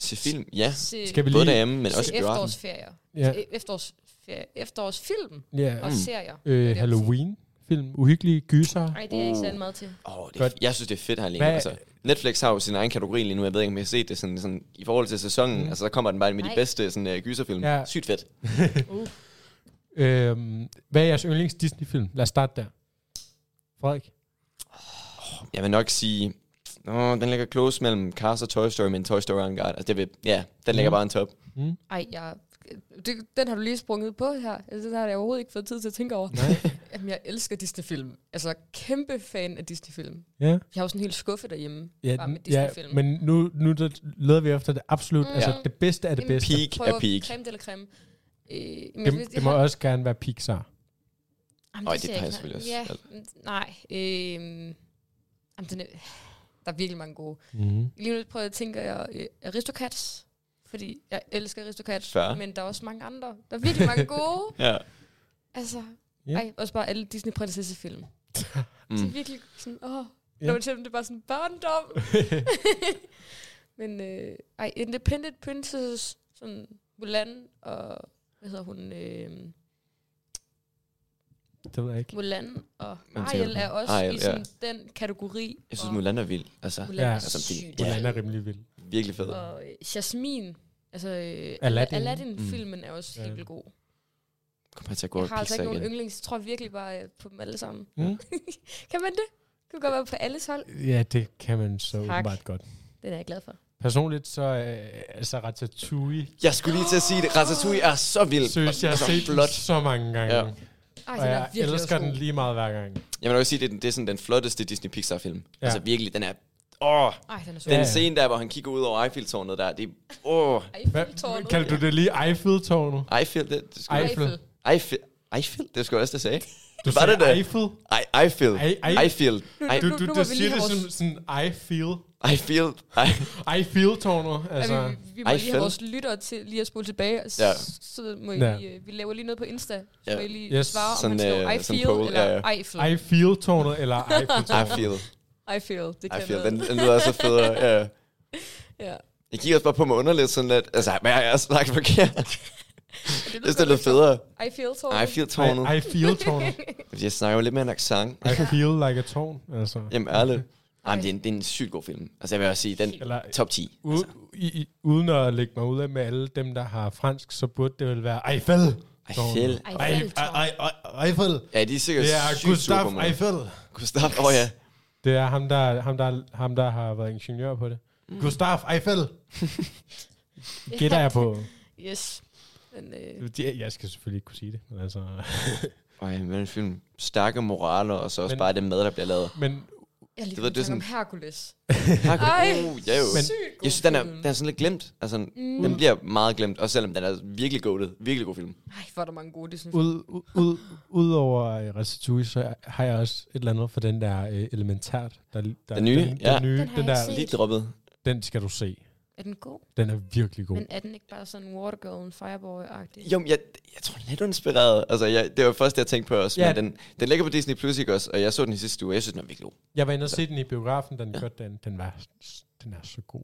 S3: Se film, ja.
S2: se,
S1: Skal vi
S3: Både
S1: lige...
S3: derhjemme, men
S2: se
S3: også i biografen.
S2: efterårsferier.
S1: Ja,
S2: Ja. Efterårsferie, efterårsfilm
S1: ja.
S2: og
S3: Mm.
S2: serier.
S1: Øh, Halloween-film. Uhyggelige gyser.
S2: Nej, det er jeg ikke
S3: Uh.
S2: særlig meget til.
S3: Åh, oh,
S1: Godt.
S3: jeg synes, det er fedt her lige
S1: Hvad-
S3: altså, Netflix har jo sin egen kategori lige nu. Jeg ved ikke, om jeg har set det sådan, sådan, i forhold til sæsonen.
S1: Mm.
S3: Mm. Altså, der kommer den bare med de
S2: Nej.
S3: bedste sådan, uh, gyserfilm.
S1: Ja.
S3: Ja. Sygt fedt.
S2: Uh.
S1: Øhm, hvad er jeres yndlings Disney-film? Lad os starte der. Frederik?
S3: Jeg vil nok sige... Nå, den ligger close mellem Cars og Toy Story, men Toy Story er en guide. Altså, det vil, ja, den ligger
S1: Mm.
S3: bare en top.
S1: Mm?
S2: Ej, jeg, det, den har du lige sprunget på her. Altså, Den har jeg overhovedet ikke fået tid til at tænke over.
S1: Nej.
S2: Jamen, jeg elsker Disney-film. Altså, kæmpe fan af Disney-film.
S1: Ja,
S2: Jeg har jo sådan en hel skuffe derhjemme, ja,
S1: ja,
S2: bare med
S1: ja
S2: Disney-film.
S1: men nu, nu der leder vi efter det absolut,
S2: Mm.
S1: mm. altså
S2: Ja.
S1: det bedste af det
S2: Jamen,
S1: bedste.
S3: Peak
S2: Prøv
S3: er
S2: at-
S3: peak.
S2: Creme eller creme. Øh, men jeg
S1: Det,
S2: ved-
S1: det
S2: jeg
S1: må
S2: har-
S1: også gerne være Pixar.
S2: Jamen,
S3: Øj, det
S2: ser
S3: peger
S2: ikke
S3: selvfølgelig
S2: noget-
S3: også
S2: Ja, mm, nej. Øh, jamen, den er, der er virkelig mange gode.
S1: Mm.
S2: Lige nu prøver jeg at tænke, at jeg øh, Aristocats, fordi jeg elsker Aristocats,
S3: Fair.
S2: men der er også mange andre. Der er virkelig mange gode.
S3: Ja.
S2: altså,
S1: Ja.
S2: ej, også bare alle Disney-prinsessefilm. Mm. Det er
S3: Mm.
S2: virkelig sådan, åh,
S1: Ja.
S2: ja. når man ser dem, det er bare sådan barndom. Men øh, ej, Independent Princess, sådan Mulan og, hvad hedder hun, øh,
S1: Det ved jeg ikke.
S2: Mulan og
S3: Hvem tænker du
S2: Ariel
S3: på?
S2: er også Ariel,
S3: Ariel,
S2: i
S3: ja.
S2: sådan ja. den kategori.
S3: Jeg synes,
S2: og
S3: Mulan er vild. Altså,
S2: Mulan
S1: Ja,
S2: er
S1: altså,
S3: fordi-
S2: sygt.
S1: Mulan er rimelig vild.
S3: virkelig fed.
S2: Og øh, Jasmine, altså øh,
S1: Aladdin. Mm.
S2: Aladdin. Aladdin-filmen er også
S1: Ja.
S2: ja. helt vildt god.
S3: Kommer jeg til at gå
S2: Jeg
S3: over
S2: har altså
S3: Pixar
S2: ikke nogen
S3: igen?
S2: yndlings, jeg tror virkelig bare øh, på dem alle sammen.
S1: Mm.
S2: Kan man det? Kan du godt være på alles hold?
S1: Ja, det kan man så
S2: Tak.
S1: åbenbart godt.
S2: Den er jeg glad for.
S1: Personligt så øh, altså Ratatouille,
S3: Jeg skulle lige til at sige det. Ratatouille er så vild.
S1: synes jeg har
S3: Altså,
S1: set den
S3: flot.
S1: så mange gange.
S3: Ja.
S1: Ja.
S2: Ej,
S1: Og
S2: den er
S1: jeg
S2: virkelig også
S1: elsker
S2: god.
S1: den lige meget hver gang.
S3: Jeg vil også sige, det er, den- det er sådan den flotteste Disney Pixar-film.
S1: Ja.
S3: Ja. Altså virkelig, den er... Åh,
S2: Ej, den er så
S3: den
S1: Ja,
S3: ja,
S1: ja.
S3: ja. scene der, hvor han kigger ud over Eiffeltårnet der, det er... Åh,
S1: Hvad,
S2: Eiffeltårnet.
S1: kalder du det lige Eiffeltårnet?
S3: Eiffel, det, det skulle...
S1: Ej.
S3: Ej.
S1: Eiffel?
S3: Eiffel, Eiffel, det skulle jeg også det sagde.
S1: Du
S3: Var
S1: sagde
S3: det det?
S1: Eiffel?
S3: Ej, Eiffel.
S1: Ej, ej.
S3: Eiffel. Ej,
S1: Du,
S2: Nu-
S1: du,
S2: nu
S1: du,
S2: må
S1: du
S2: vi lige
S1: siger det
S2: have
S1: som
S2: vores-
S1: sådan, I feel.
S3: Eiffel. Ej,
S1: I feel tårnet, altså.
S2: Altså, vi, vi må lige have
S3: Eiffel.
S2: vores lyttere til lige at spole tilbage, og s-
S3: Ja.
S2: så må I,
S1: Ja.
S2: ja. vi laver lige noget på Insta, så
S3: Ja.
S2: må I lige
S1: Yes.
S2: yes. svare, om
S3: Sådan,
S2: man skriver
S3: øh,
S2: I
S3: sådan
S2: feel
S3: poll,
S2: eller
S3: ja,
S2: ja, ja. Eiffel.
S1: I feel tårnet eller Eiffeltårnet.
S3: Eiffel.
S2: I feel, det kan
S3: Eiffel.
S2: noget.
S3: Den, den lyder så federe. Ja.
S2: Ja.
S3: Jeg kigger også bare på mig underligt sådan lidt. Altså, men jeg er snakket forkert.
S2: Det
S3: Det er lidt federe.
S2: I feel tårnet.
S3: Eiffel-tårnet.
S1: I, I feel tårnet.
S3: Jeg snakker jo lidt med en accent.
S1: I feel like a tårn, altså.
S3: Jamen, ærligt. Ej,
S2: Ej.
S3: men det er, en, det er en sygt god film. Altså, jeg vil også sige, den
S1: Eller,
S3: top 10.
S1: u, i, i, uden at lægge mig ud af med alle dem, der har fransk, så burde det vel være Eiffel.
S3: Eiffel.
S2: Eiffeltårnet.
S1: Eiffel.
S3: Ja, de er sikkert
S1: Det er
S3: sygt
S1: Gustav
S3: super mange.
S1: Eiffel.
S3: Gustav, åh oh, ja.
S1: Det er ham der, ham, der, ham, der har været ingeniør på det. Mm. Gustav Eiffel. Gætter jeg på.
S2: Yes. Men, øh,
S1: Det- Jeg skal selvfølgelig ikke kunne sige det. Men, altså.
S3: Ej, men en film. Stærke moraler, og så også
S1: Men-
S3: men, bare det mad, der bliver lavet.
S1: men
S2: jeg lige
S3: Det
S2: det
S3: ved
S2: var
S3: du, det er
S2: det sådan... om
S3: sådan-
S2: Hercules.
S3: Her,
S2: Ej.
S3: uh, ja, jo.
S1: Men-
S3: Men,
S2: Sygt god
S3: jeg synes, den er,
S2: film.
S3: den er sådan lidt glemt. Altså,
S2: Mm.
S3: den bliver meget glemt, også selvom den er virkelig goated. Virkelig god film.
S2: Ej, hvor er der mange gode, det synes jeg.
S1: ud, ud, ud, ud over Restitui, så har jeg også et eller andet for den der øh, elementært. Der, der,
S3: Den nye?
S1: den,
S3: Ja.
S1: Den, nye,
S2: Den har
S1: den,
S2: jeg
S1: der,
S2: ikke
S3: Lige droppet.
S1: den skal du se.
S2: Er den god?
S1: Den er virkelig god.
S2: Men er den ikke bare sådan Watergirl and Fireboy-agtig?
S3: Jo, men jeg, jeg tror, den er lidt inspireret. Altså, jeg, det var først, jeg tænkte på også.
S1: Ja.
S3: Ja. Men den, den ligger på Disney Plus, ikke også? Og jeg så den i sidste uge, og jeg synes, den er virkelig god.
S1: Jeg var inde og se den i biografen, den, ja. godt, den, den, var, den er så god.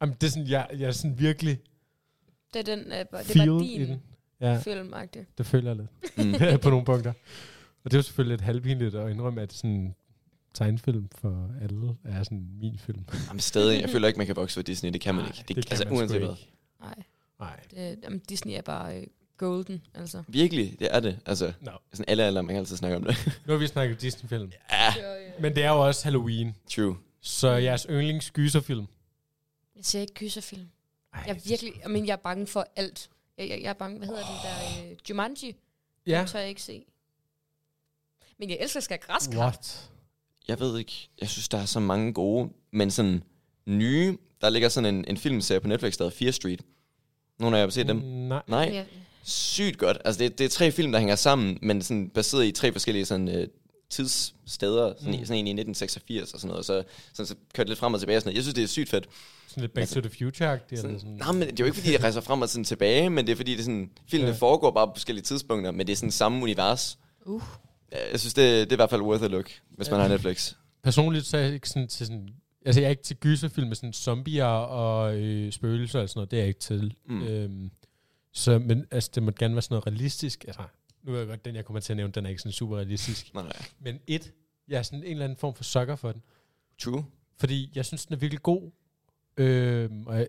S1: Jamen, det er sådan, jeg, jeg er sådan virkelig
S2: Det er, den, er bare, det er
S1: feel
S2: bare
S1: i
S2: din
S1: den. Ja,
S2: film-agtig.
S1: det føler jeg lidt.
S3: Mm.
S1: på nogle punkter. Og det er jo selvfølgelig lidt halvpinligt at indrømme, at sådan tegnfilm for alle er sådan min film.
S3: Jamen, stadig. Jeg føler ikke, man kan vokse for Disney. Det kan man
S1: Ej,
S3: ikke. Det, det altså,
S1: man sgu
S3: uanset hvad.
S1: ikke.
S2: Nej,
S1: Nej.
S2: det, jamen, Disney er bare øh, golden, altså.
S3: Virkelig, det er det. Altså,
S1: No.
S3: sådan alle alder, man kan altid snakke om det.
S1: Nu har vi snakket Disney-film.
S3: ja,
S2: øh,
S1: Men det er jo også Halloween,
S3: true.
S1: så jeres yndlingsgyserfilm.
S2: Jeg ser ikke gyserfilm.
S1: Ej,
S2: Jeg er virkelig, jeg men jeg er bange for alt. Jeg, jeg, jeg er bange, hvad hedder den der, øh, Jumanji?
S1: Ja.
S2: Den tør jeg ikke se. Men jeg elsker Skak Rask.
S1: What?
S3: Jeg ved ikke, jeg synes, der er så mange gode, men sådan nye. Der ligger sådan en, en filmserie på Netflix, der hedder Fear Street. Nogle af jer har set dem?
S1: Mm, Nej.
S3: Nej,
S2: Ja.
S3: sygt godt. Altså, det, det er tre film, der hænger sammen, men sådan baseret i tre forskellige sådan, øh, tidssteder. Sådan,
S1: Mm.
S3: mm. sådan en i 1986 og sådan noget, og så, sådan, så kørt lidt frem og tilbage. og Sådan noget. Jeg synes, det er sygt fedt.
S1: Sådan lidt Back to the Future-agtigt. eller
S3: Altså, Sådan,
S1: Sådan.
S3: nej, men det er jo ikke, fordi de rejser frem og sådan tilbage, men det er, fordi det er sådan, filmene
S1: Ja.
S3: ja. foregår bare på forskellige tidspunkter, men det er sådan samme univers.
S2: Uh.
S3: Jeg synes, det, det er i hvert fald worth a look, hvis
S1: Ja.
S3: man har Netflix.
S1: Personligt så er jeg ikke sådan til sådan... Altså, jeg er ikke til gyserfilm med sådan zombier og øh, spøgelser og sådan noget. Det er jeg ikke til. Mm.
S3: Mm.
S1: Øhm, så, men altså, det må gerne være sådan noget realistisk. Altså, nu er jeg godt, den jeg kommer til at nævne, den er ikke sådan super realistisk.
S3: Nej, nej.
S1: Men et, jeg er sådan en eller anden form for sukker for den.
S3: True.
S1: Fordi jeg synes, den er virkelig god. Øhm, og jeg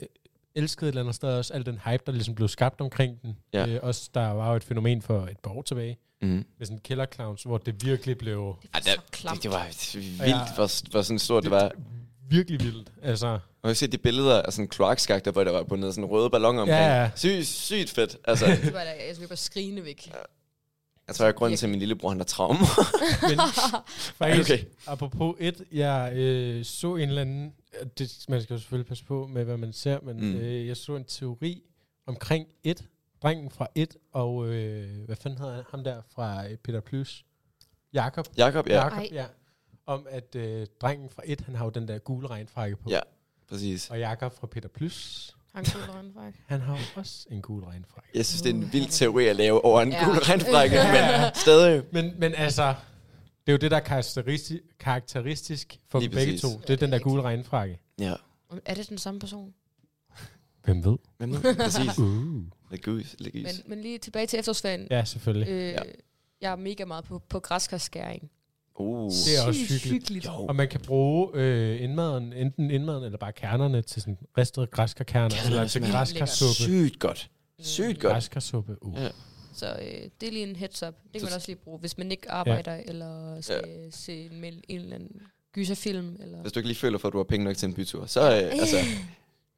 S1: elskede et eller andet sted også al den hype, der ligesom blev skabt omkring den.
S3: Ja.
S1: Øh, også der var jo et fænomen for et par år tilbage,
S3: Mm.
S1: med sådan Killer Clowns, hvor det virkelig blev
S2: Det
S3: Ej,
S2: er
S3: der-
S2: så
S3: Det,
S2: klamt.
S3: det var
S1: Og jeg-
S3: vildt, hvor, hvor sådan stort det var. Og
S1: virkelig vildt. Altså,
S3: jeg har set de billeder af sådan kloakskagter, hvor der var bundet sådan røde balloner omkring.
S1: Ja, ja.
S3: Sygt, sygt fedt. Altså,
S2: Det var da, jeg skulle bare skrine væk.
S3: Jeg tror, jeg er grunden til, at min lillebror han har traumer.
S1: Men faktisk,
S3: Okay.
S1: okay. apropos et, jeg øh, så en eller anden, det, man skal jo selvfølgelig passe på med, hvad man ser, men
S3: Mm.
S1: mm. øh, jeg så en teori omkring et, drengen fra et, og øh, hvad fanden hedder han, ham der fra øh, Peter Plys? Jakob.
S3: Jakob, ja.
S1: Jakob, ja. Om at øh, drengen fra et, han har jo den der gule regnfrakke på.
S3: Ja. Præcis.
S1: Og Jakob fra Peter Plys,
S4: Han kunne rønne, faktisk.
S1: han har jo også en gul regnfrakke.
S3: Jeg synes, det er en
S4: Uh,
S3: vild
S4: herre.
S3: teori at lave over en
S4: Ja.
S3: ja. gul regnfrakke,
S4: Ja.
S3: men stadig.
S1: Men, men altså, det er jo det, der er karakteristisk, karakteristisk for
S3: Lige
S1: Lige begge
S3: præcis.
S1: to. Det er den der gule regnfrakke.
S3: Ja.
S4: Er det den samme person?
S1: Hvem ved?
S3: Men nu, præcis.
S1: Uh.
S3: Lidt gys, lidt gys.
S2: Men, men lige tilbage til efterårsferien.
S1: Ja, selvfølgelig.
S2: Øh,
S3: Ja.
S2: ja. Jeg er mega meget på, på græskarskæring.
S3: Uh.
S1: Det er også hyggeligt.
S2: hyggeligt.
S3: Jo.
S1: Og man kan bruge øh, indmaden, enten indmaden eller bare kernerne til sådan ristede græskarkerner,
S3: Kernerne
S1: eller til
S3: smager
S1: græskarsuppe.
S3: Sygt godt. Sygt godt.
S1: Græskarsuppe, uh.
S3: Ja.
S2: Øh, Så øh, det er lige en heads up. Det kan
S3: Så-
S2: man også lige bruge, hvis man ikke arbejder, ja. eller skal ja. se en, mel- en eller anden gyserfilm. Eller.
S3: Hvis du ikke lige føler for, at du har penge nok til en bytur, så, øh, altså,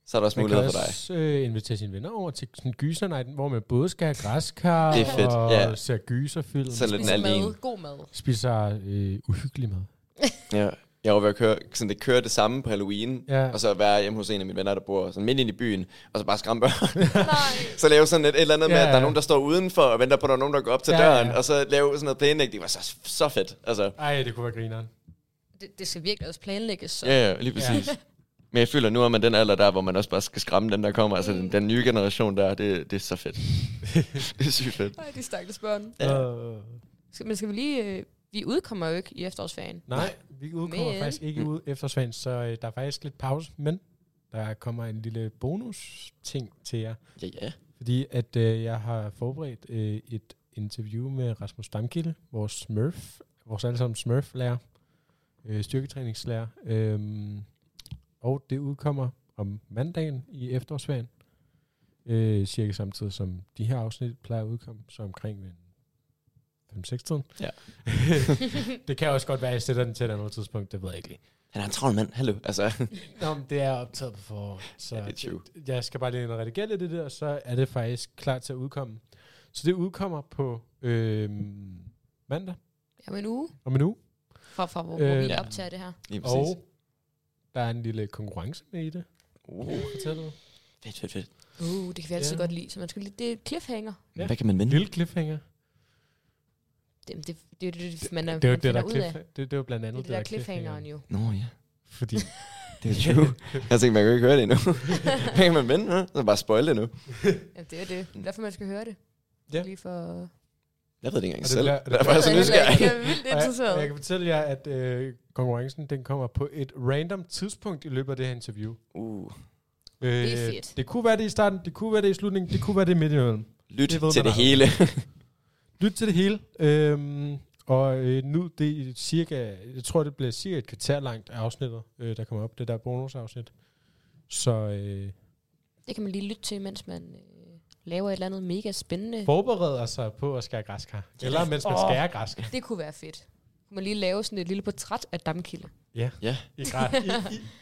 S3: så er der også
S1: Man kan
S3: muligheder for dig.
S1: også øh, invitere sine venner over til sådan en gysernight, hvor man både skal have græskar
S3: Det er fedt,
S1: og
S3: ja.
S1: ser gyserfilm.
S3: Så er lidt
S1: spiser,
S3: den
S2: Spiser
S3: alene.
S2: Ligesom mad, god mad.
S1: spiser øh, uhyggelig mad.
S3: Ja. Jeg var ved at køre, sådan, det kører det samme på Halloween,
S1: Ja.
S3: og så være hjemme hos en af mine venner, der bor sådan midt inde i byen, og så bare skræmme børn.
S2: Nej.
S3: så lave sådan et, et eller andet med,
S1: Ja,
S3: at der er
S1: ja.
S3: nogen, der står udenfor og venter på, at der er nogen, der går op til
S1: Ja,
S3: døren,
S1: ja.
S3: og så lave sådan noget planlægning. Det var så, så fedt. Altså,
S1: Ej, det kunne være grineren.
S2: Det, det skal virkelig også planlægges. Så.
S3: Ja, ja, lige præcis. Ja. Men jeg føler, nu er man den alder der, hvor man også bare skal skræmme den, der kommer. Altså,
S1: Mm.
S3: den, den nye generation der, det, det er så fedt. det er sygt fedt.
S2: Nej, de stakkels børn.
S3: Ja.
S1: Øh,
S2: Skal, men skal vi lige... Øh, vi udkommer jo ikke i efterårsferien.
S1: nej, vi udkommer
S2: Men-
S1: faktisk ikke ud efter Svend, så øh, der er faktisk lidt pause, men der kommer en lille bonus-ting til jer.
S3: Ja, ja.
S1: Fordi at øh, jeg har forberedt øh, et interview med Rasmus Damkilde, vores Smurf, vores allesammen Smurf-lærer, øh, styrketræningslærer. Øh, og det udkommer om mandagen i efterårsferien, øh, cirka samtidig som de her afsnit plejer at udkomme, så omkring ved 5-6 tiden.
S3: Ja.
S1: det kan også godt være, at jeg sætter den til et andet tidspunkt, det ved jeg ikke lige.
S3: Han er en travl mand, hallo. Altså,
S1: Nå, men det er optaget på forhånd, så
S3: Ja, det er true.
S1: det, jeg skal bare lige ind og redigere lidt i det, og så er det faktisk klar til at udkomme. Så det udkommer på øh, mandag
S2: Om en uge
S1: om en uge,
S2: fra, fra hvor, øh,
S1: Øh,
S2: hvor vi
S3: ja.
S2: optager det her.
S3: lige præcis.
S1: og der er en lille konkurrence med i det.
S3: Oh.
S1: kan jeg fortælle.
S3: Fedt, fedt, fedt.
S2: Uh, det kan vi altid
S1: Ja.
S2: godt lide. Så man skal lige, det er cliffhanger.
S1: Ja.
S3: Hvad kan man vinde?
S1: Lille cliffhanger.
S2: Det, det, det, er jo det, man,
S1: det er jo
S2: man
S1: det, der
S2: finder
S1: er
S2: ud af.
S1: cliff, det, det er jo blandt
S2: Det er
S1: andet
S2: det der cliffhangeren jo.
S3: Nå ja,
S1: Fordi
S3: det er true. jeg tænkte, man kan jo ikke høre det endnu. Hvad kan man vinde? hva'? Så bare spoil det nu.
S2: Ja, det er det. Det er Derfor man skal høre det.
S1: Ja.
S2: Lige for...
S3: Jeg ved det ikke
S1: Og
S3: engang
S1: det
S3: selv.
S1: bliver- det
S3: Der er
S1: bliver- det
S3: faktisk
S1: bliver-
S3: nysgerrig.
S2: Jeg er vildt
S1: Og Jeg,
S2: interesseret.
S1: og jeg kan fortælle jer, at øh, konkurrencen den kommer på et random tidspunkt i løbet af det her interview.
S3: Uh.
S1: Øh,
S2: er fedt.
S1: det kunne være det i starten, det kunne være det i slutningen, det kunne være det midt i mellem.
S3: Lyt
S1: Det ved
S3: til
S1: man
S3: det
S1: aldrig.
S3: hele.
S1: Lyt til det hele. Øhm, og øh, nu det er cirka, jeg tror det bliver cirka et kvarter langt af afsnittet, øh, der kommer op, det der bonusafsnit. Så øh,
S2: Det kan man lige lytte til, mens man øh, laver et eller andet mega spændende.
S1: forbereder sig på at skære græskar. Eller mens man
S2: Åh.
S1: skærer græskar.
S2: Det kunne være fedt. Kunne man lige lave sådan et lille portræt af damkilde
S3: Ja,
S1: I, græ, i,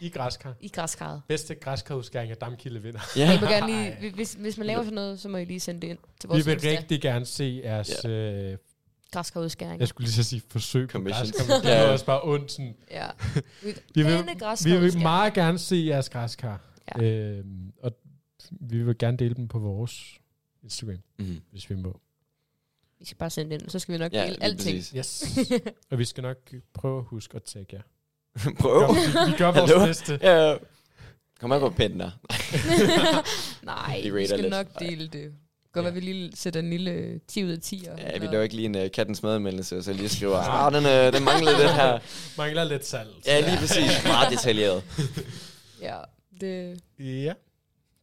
S1: i, i græskar.
S2: i græskarret.
S1: Bedste græskarudskæring af damkilde vinder.
S3: ja.
S2: I må gerne lige,
S1: Ej.
S2: hvis- hvis, hvis man laver sådan noget, så må I lige sende det ind til
S1: Vi
S2: vores
S1: vil
S2: Insta.
S1: rigtig gerne se jeres, øh,
S2: Græskarudskæring.
S1: jeg skulle lige så sige, forsøg på
S3: Commission.
S1: græskar. men Det
S3: Ja.
S1: er også bare ondt sådan.
S2: Ja.
S1: Vi
S2: Vi
S1: vil-
S2: vil,
S1: Vi vil meget gerne se jeres græskar.
S2: Ja.
S1: Øhm, og vi vil gerne dele dem på vores Instagram,
S3: Mm.
S1: hvis vi må.
S2: Vi skal bare sende det ind, så skal vi nok
S3: Ja,
S2: ja, dele
S3: lige
S2: alting.
S3: præcis.
S1: Yes. og vi skal nok prøve at huske at tagge jer.
S3: Prøv.
S1: Gør, vi, vi gør vores
S3: Hallo?
S1: bedste.
S3: Ja, ja. Kom her på pinden der.
S2: Nej, vi
S3: Vi rater
S2: skal
S3: lidt.
S2: nok dele det. Godt
S1: Ja.
S2: være, vi lige sætter en lille 10 ud af 10. Og
S3: Ja, vi laver ikke lige en uh, kattens madanmeldelse, og så lige skriver, ah, den, uh, den mangler lidt her.
S1: Mangler lidt salt.
S3: Ja, lige præcis. Meget detaljeret.
S2: Ja, det,
S1: Ja.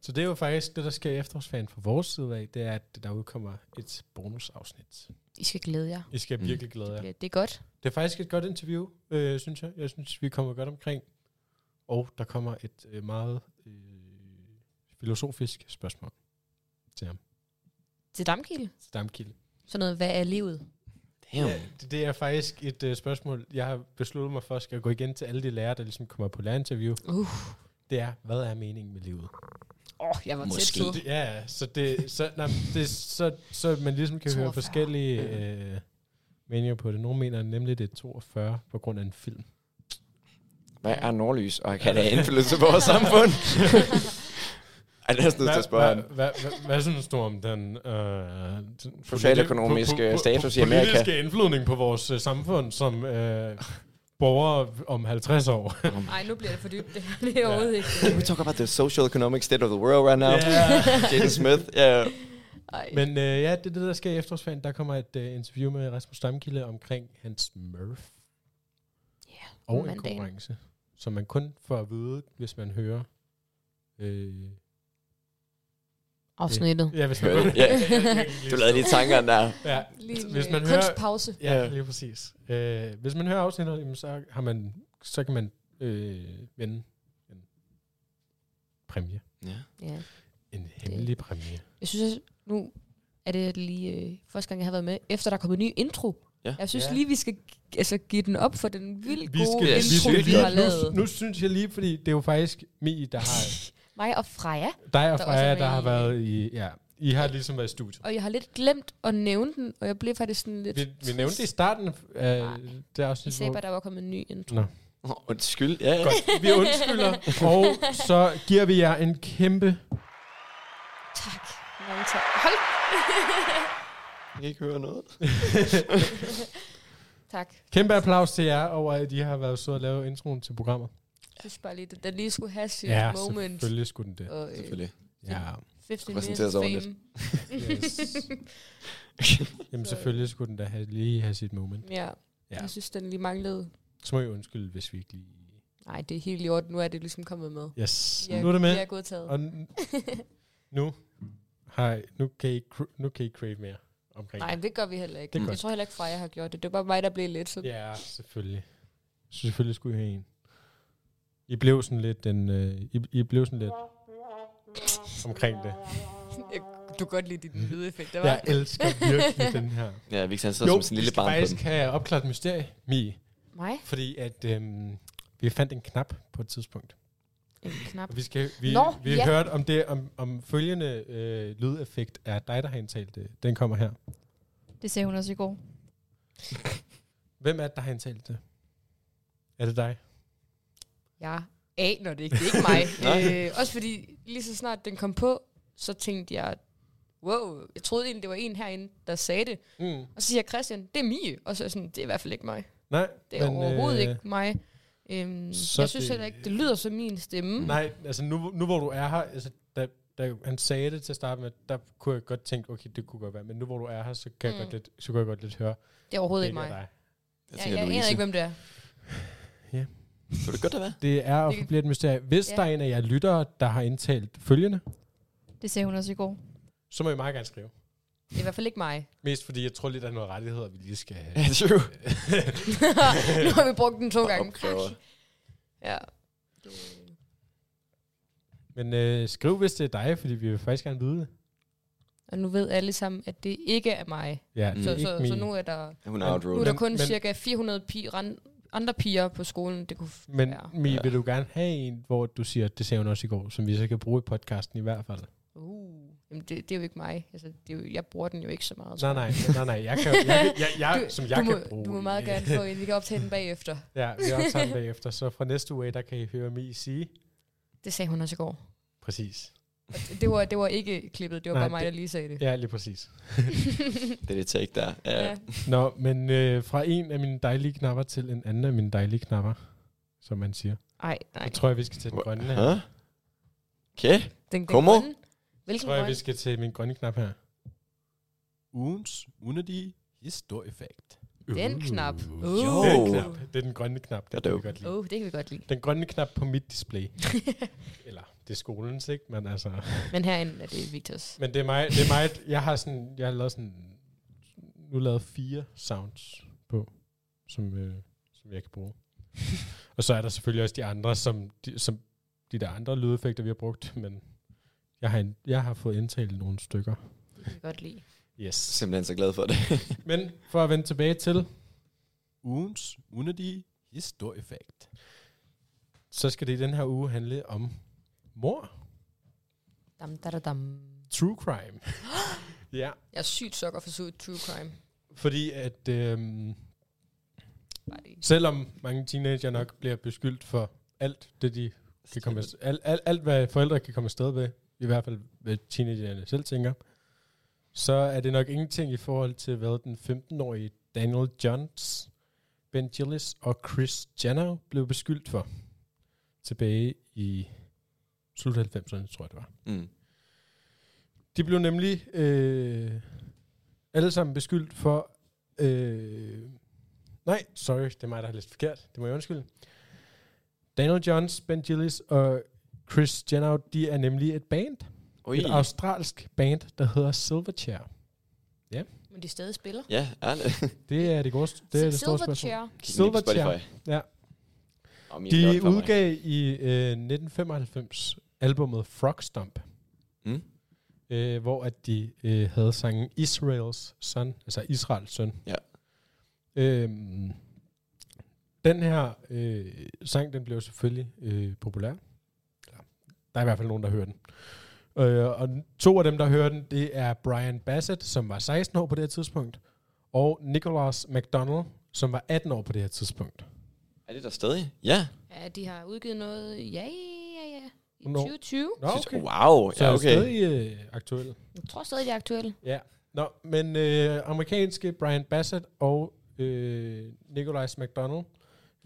S1: Så det er jo faktisk det, der sker i efterårsferien fra vores side af, det er, at der udkommer et bonusafsnit.
S2: I skal glæde jer.
S1: I skal
S3: Mm.
S1: virkelig glæde jer.
S2: Ja, det er godt.
S1: Det er faktisk et godt interview, øh, synes jeg. Jeg synes, vi kommer godt omkring. Og der kommer et øh, meget øh, filosofisk spørgsmål til ham.
S2: Til damkilde.
S1: Til Damkilde.
S2: Sådan noget, hvad er livet?
S3: Damn.
S1: Ja, det, det er faktisk et øh, spørgsmål, jeg har besluttet mig for, skal jeg gå igen til alle de lærere, der ligesom kommer på lærerinterview.
S2: Uh.
S1: Det er, hvad er meningen med livet?
S4: Åh, oh, jeg var
S3: Måske.
S4: tæt på.
S1: Ja, ja, så, det, så, nej, men det, så, så man ligesom kan høre
S4: 42.
S1: forskellige øh, meninger på det. Nogle mener nemlig, det er 42 på grund af en film.
S3: Hvad er nordlys, og kan det have indflydelse på vores samfund? Ej, det er sådan noget til at spørge
S1: hvad,
S3: ham.
S1: hvad, hvad, hvad synes du om den øh, den
S3: Socialøkonomiske
S1: politi- po- po- po-
S3: status i Amerika?
S1: Politiske indflydning på vores øh, samfund som øh, borgere om 50 år.
S4: Nej, nu bliver det for dybt. Det, her. det er overhovedet ikke.
S3: We talk about the social economic state of the world right now. Yeah.
S1: Ja.
S3: Jaden Smith. Yeah.
S4: Ej.
S1: Men øh, ja, det er det, der sker i efterårsferien. Der kommer et øh, interview med Rasmus Stamkilde omkring hans Murph.
S4: Ja,
S1: Og en
S4: mandagen.
S1: konkurrence, som man kun får at vide, hvis man hører... Øh,
S4: Afsnittet.
S1: ja, hvis man
S3: Hørte- ja. Du lavede de tanker der.
S1: Ja,
S2: Lige en,
S1: Hvis
S2: øh,
S1: man hører-
S2: kunstpause.
S1: ja,
S3: Ja.
S1: lige præcis. Øh, hvis man hører afsnittet, jamen, så, har man, så kan man øh, vinde en præmie.
S3: Ja.
S4: Ja.
S1: En hemmelig præmie.
S4: Jeg synes, også, nu er det lige øh, første gang, jeg har været med, efter der er kommet en ny intro.
S3: Ja.
S4: Jeg synes
S1: Ja.
S4: lige, vi skal gi- altså, give den op for den vildt
S1: Vi
S4: gode
S1: skal-
S3: vi
S4: intro,
S3: skal-
S4: vi har
S1: Nu,
S4: lavet.
S1: nu synes jeg lige, fordi det er jo faktisk Mi, der har...
S4: Mig og Freja,
S1: Dig og
S4: Der også
S1: Freja,
S4: er
S1: der har
S4: med i-
S1: været i... Ja, I har ligesom været i studiet.
S4: og jeg har lidt glemt at nævne den, og jeg blev faktisk sådan lidt...
S1: Vi, vi nævnte det i starten af
S4: Nej.
S1: det
S4: I
S1: afsnit,
S4: sagde
S1: hvor...
S4: bare, der var kommet en ny intro.
S1: Nå.
S3: Åh, Undskyld. Ja, ja.
S1: Godt, vi undskylder, og så giver vi jer en kæmpe...
S4: Tak. Mange tak. Hold.
S3: Jeg kan ikke høre noget.
S4: tak.
S1: Kæmpe applaus til jer over, at I har været søde at lave introen til programmet.
S2: Jeg synes bare lige, den, den lige skulle have sit
S1: Ja,
S2: moment.
S1: selvfølgelig skulle den det.
S4: Og, øh,
S3: Selvfølgelig.
S1: Ja.
S4: 15 minutes
S3: Præsenterer
S4: of
S3: sig
S4: fame.
S1: Yes. Jamen selvfølgelig skulle den da have, lige have sit moment.
S2: Ja.
S1: Ja.
S2: ja. Jeg synes, den lige manglede.
S1: Så må I undskylde, hvis vi ikke lige...
S2: Nej, det er helt i orden. Nu er det ligesom kommet med.
S1: Yes,
S2: Ja,
S1: nu er det med.
S2: Jeg er godtaget.
S1: Og n- nu, hej, nu kan I, cr- nu kan I crave mere omkring
S2: Nej, men det gør vi heller ikke.
S1: Det gør
S2: jeg tror heller ikke, Freja har gjort det. Det var bare mig, der blev lidt så.
S1: Ja, selvfølgelig. Så selvfølgelig skulle I have en. I blev sådan lidt den, øh, I, I blev sådan lidt omkring det.
S2: Du kan godt lide
S1: Mhm.
S2: din lydeffekt, det var.
S1: Jeg elsker virkelig den her.
S3: Ja, Victor han sidder som sådan en lille
S1: vi skal
S3: barn på
S1: faktisk
S3: den.
S1: have opklaret et mysterie, Mi.
S4: Mig?
S1: Fordi at øhm, vi fandt en knap på et tidspunkt.
S4: En knap.
S1: Og vi skal, vi,
S4: Nå,
S1: vi
S4: ja.
S1: hørte om det, om, om følgende øh, lydeffekt er dig, der har indtalt det. Den kommer her.
S5: Det sagde hun også i går.
S1: Hvem er det, der har indtalt det? Er det dig?
S4: Jeg aner det ikke. Det er ikke mig.
S3: Nej.
S2: Øh, også fordi lige så snart den kom på, så tænkte jeg, wow, jeg troede egentlig, det var en herinde, der sagde det.
S1: Mm.
S2: Og så siger jeg, Christian, det er Mie. Og så er jeg sådan, det er i hvert fald ikke mig.
S1: Nej.
S2: Det er
S1: men,
S2: Men, overhovedet
S1: øh,
S2: øh, ikke mig. Øhm,
S1: så
S2: jeg synes
S1: det-
S2: heller ikke, det lyder som min stemme.
S1: Nej, altså nu, nu hvor du er her, altså, da, da han sagde det til at starte med, der kunne jeg godt tænke, okay, det kunne godt være, men nu hvor du er her, så kan, mm. jeg,
S2: Mm.
S1: godt lidt, så kan jeg godt lidt høre.
S4: Det er overhovedet
S1: det
S4: ikke mig.
S1: er dig.
S3: Jeg
S4: Jeg,
S3: tænker,
S4: jeg
S3: Louise.
S4: aner ikke, hvem det er.
S3: Kunne det godt at være?
S1: Det er og
S2: Det-
S1: bliver et mysterie. Hvis ja.
S4: Ja.
S1: der er en af jer lyttere, der har indtalt følgende,
S5: Det sagde hun også i går.
S1: så må I meget gerne skrive.
S4: Det er i hvert fald ikke mig.
S1: Mest fordi jeg tror lidt, der er nogle rettigheder, vi lige skal have.
S3: Ja, det er jo.
S4: nu har vi brugt den to gange.
S3: Opgaver.
S4: Ja.
S1: Men øh, skriv, hvis det er dig, fordi vi vil faktisk gerne vide det.
S4: Og nu ved alle sammen, at det ikke er mig.
S1: Ja,
S3: Mm.
S1: det
S4: Så,
S1: er ikke
S4: så,
S1: min.
S4: så nu er der,
S3: Hun er
S1: Men-
S4: nu er
S3: outruled.
S4: der
S1: Men-
S4: kun
S1: men-
S4: cirka 400 piger, andre piger på skolen. Det kunne f-
S1: Men
S4: være.
S1: Mi,
S3: Ja.
S1: vil du gerne have en, hvor du siger, det sagde hun også i går, som vi så kan bruge i podcasten i hvert fald?
S4: Uh, jamen det, det er jo ikke mig. Altså, det er jo, jeg bruger den jo ikke så meget.
S1: Nej, nej, nej, nej. Jeg kan, jo- jeg, jeg, jeg,
S4: Du-
S1: som jeg
S4: du, må,
S1: kan bruge.
S4: du må meget gerne få en. Vi kan optage den bagefter.
S1: Ja, vi optager den bagefter. Så fra næste uge, af, der kan I høre mig sige.
S4: Det sagde hun også i går.
S1: Præcis.
S4: Og det- Det var, det var ikke klippet. Det var
S1: Nej,
S4: Nej, bare mig,
S1: det-
S4: der lige sagde det.
S1: Ja, lige præcis.
S3: Det er det take der. Ja.
S4: Ja.
S1: Nå, men øh, fra en af mine dejlige knapper til en anden af mine dejlige knapper, som man siger.
S4: Ej, nej.
S1: Jeg tror, jeg, vi skal til den
S3: Hvor-
S1: grønne her.
S3: Huh? Okay.
S4: Den, den
S3: Kummer?
S4: grønne.
S1: Jeg
S4: Hvilken
S1: tror, jeg, vi
S4: grøn?
S1: skal til min grønne knap her.
S6: ugens unødige historiefakt.
S4: Den knap. Uh.
S1: Uh. Jo. Den knap. Det er den grønne knap.
S3: Det er
S1: Det kan vi
S3: dope.
S1: godt lide.
S4: Oh, det kan vi godt lide.
S1: Den grønne knap på mit display. Eller, det er skolens, ikke? Men altså...
S4: Men herinde er det Victors.
S1: Men det er mig, det er mig jeg har sådan, jeg har lavet sådan, nu lavet fire sounds på, som, øh, som jeg kan bruge. og så er der selvfølgelig også de andre, som de, som de der andre lydeffekter, vi har brugt, men jeg har, en, jeg har fået indtalt nogle stykker.
S4: Det kan vi godt lide.
S1: Yes.
S3: Simpelthen så glad for det.
S1: Men for at vende tilbage til,
S6: Ugens unødige historiefakt.
S1: så skal det i den her uge handle om mor.
S2: Dam, da, da, dam.
S1: True crime. ja,
S2: Jeg er sygt sukker for suget true crime.
S1: fordi at øhm,
S2: Bare lige.
S1: selvom mange teenager nok bliver beskyldt for alt det, de kan komme afsted, alt, alt, alt, hvad forældre kan komme afsted ved, i hvert fald hvad teenagerne selv tænker, så er det nok ingenting i forhold til, hvad den 15-årige Daniel Johns, Ben Gillis og Chris Jano blev beskyldt for tilbage i slut 90'erne, tror jeg det var.
S3: Mm.
S1: De blev nemlig øh, alle sammen beskyldt for... Øh, nej, sorry, det er mig, der har læst forkert. Det må jeg undskylde. Daniel Johns, Ben Gillis og Chris Jenow, de er nemlig et band.
S3: Ui.
S1: Et australsk band, der hedder Silverchair.
S2: Men de stadig spiller.
S3: Ja, ærligt.
S1: Det er det, gode, det, er det store spørgsmål.
S2: Silverchair.
S1: Silverchair. Ja.
S3: Oh, min
S1: De
S3: lord, for mig.
S1: udgav i øh, 1995 albumet Frogstomp,
S3: Mm.
S1: øh, hvor at de øh, havde sangen Israels Son, altså Israels Søn.
S3: Ja.
S1: Øhm, den her øh, sang, den blev selvfølgelig øh, populær. Eller, Der er i hvert fald nogen, der hører den. Øh, og to af dem, der hører den, det er Brian Bassett, som var 16 år på det her tidspunkt, og Nicholas McDonald, som var 18 år på det her tidspunkt.
S3: Er det der stadig? Ja.
S2: Ja, de har udgivet noget, ja, ja, ja, i
S1: Nå.
S2: 2020.
S1: Nå,
S3: Synes- Wow.
S1: Så
S3: Ja,
S1: er
S3: okay.
S1: stadig øh, aktuel.
S2: Jeg tror stadig, det er aktuelt.
S1: Ja. Nå, men øh, amerikanske Brian Bassett og øh, Nicholas McDonald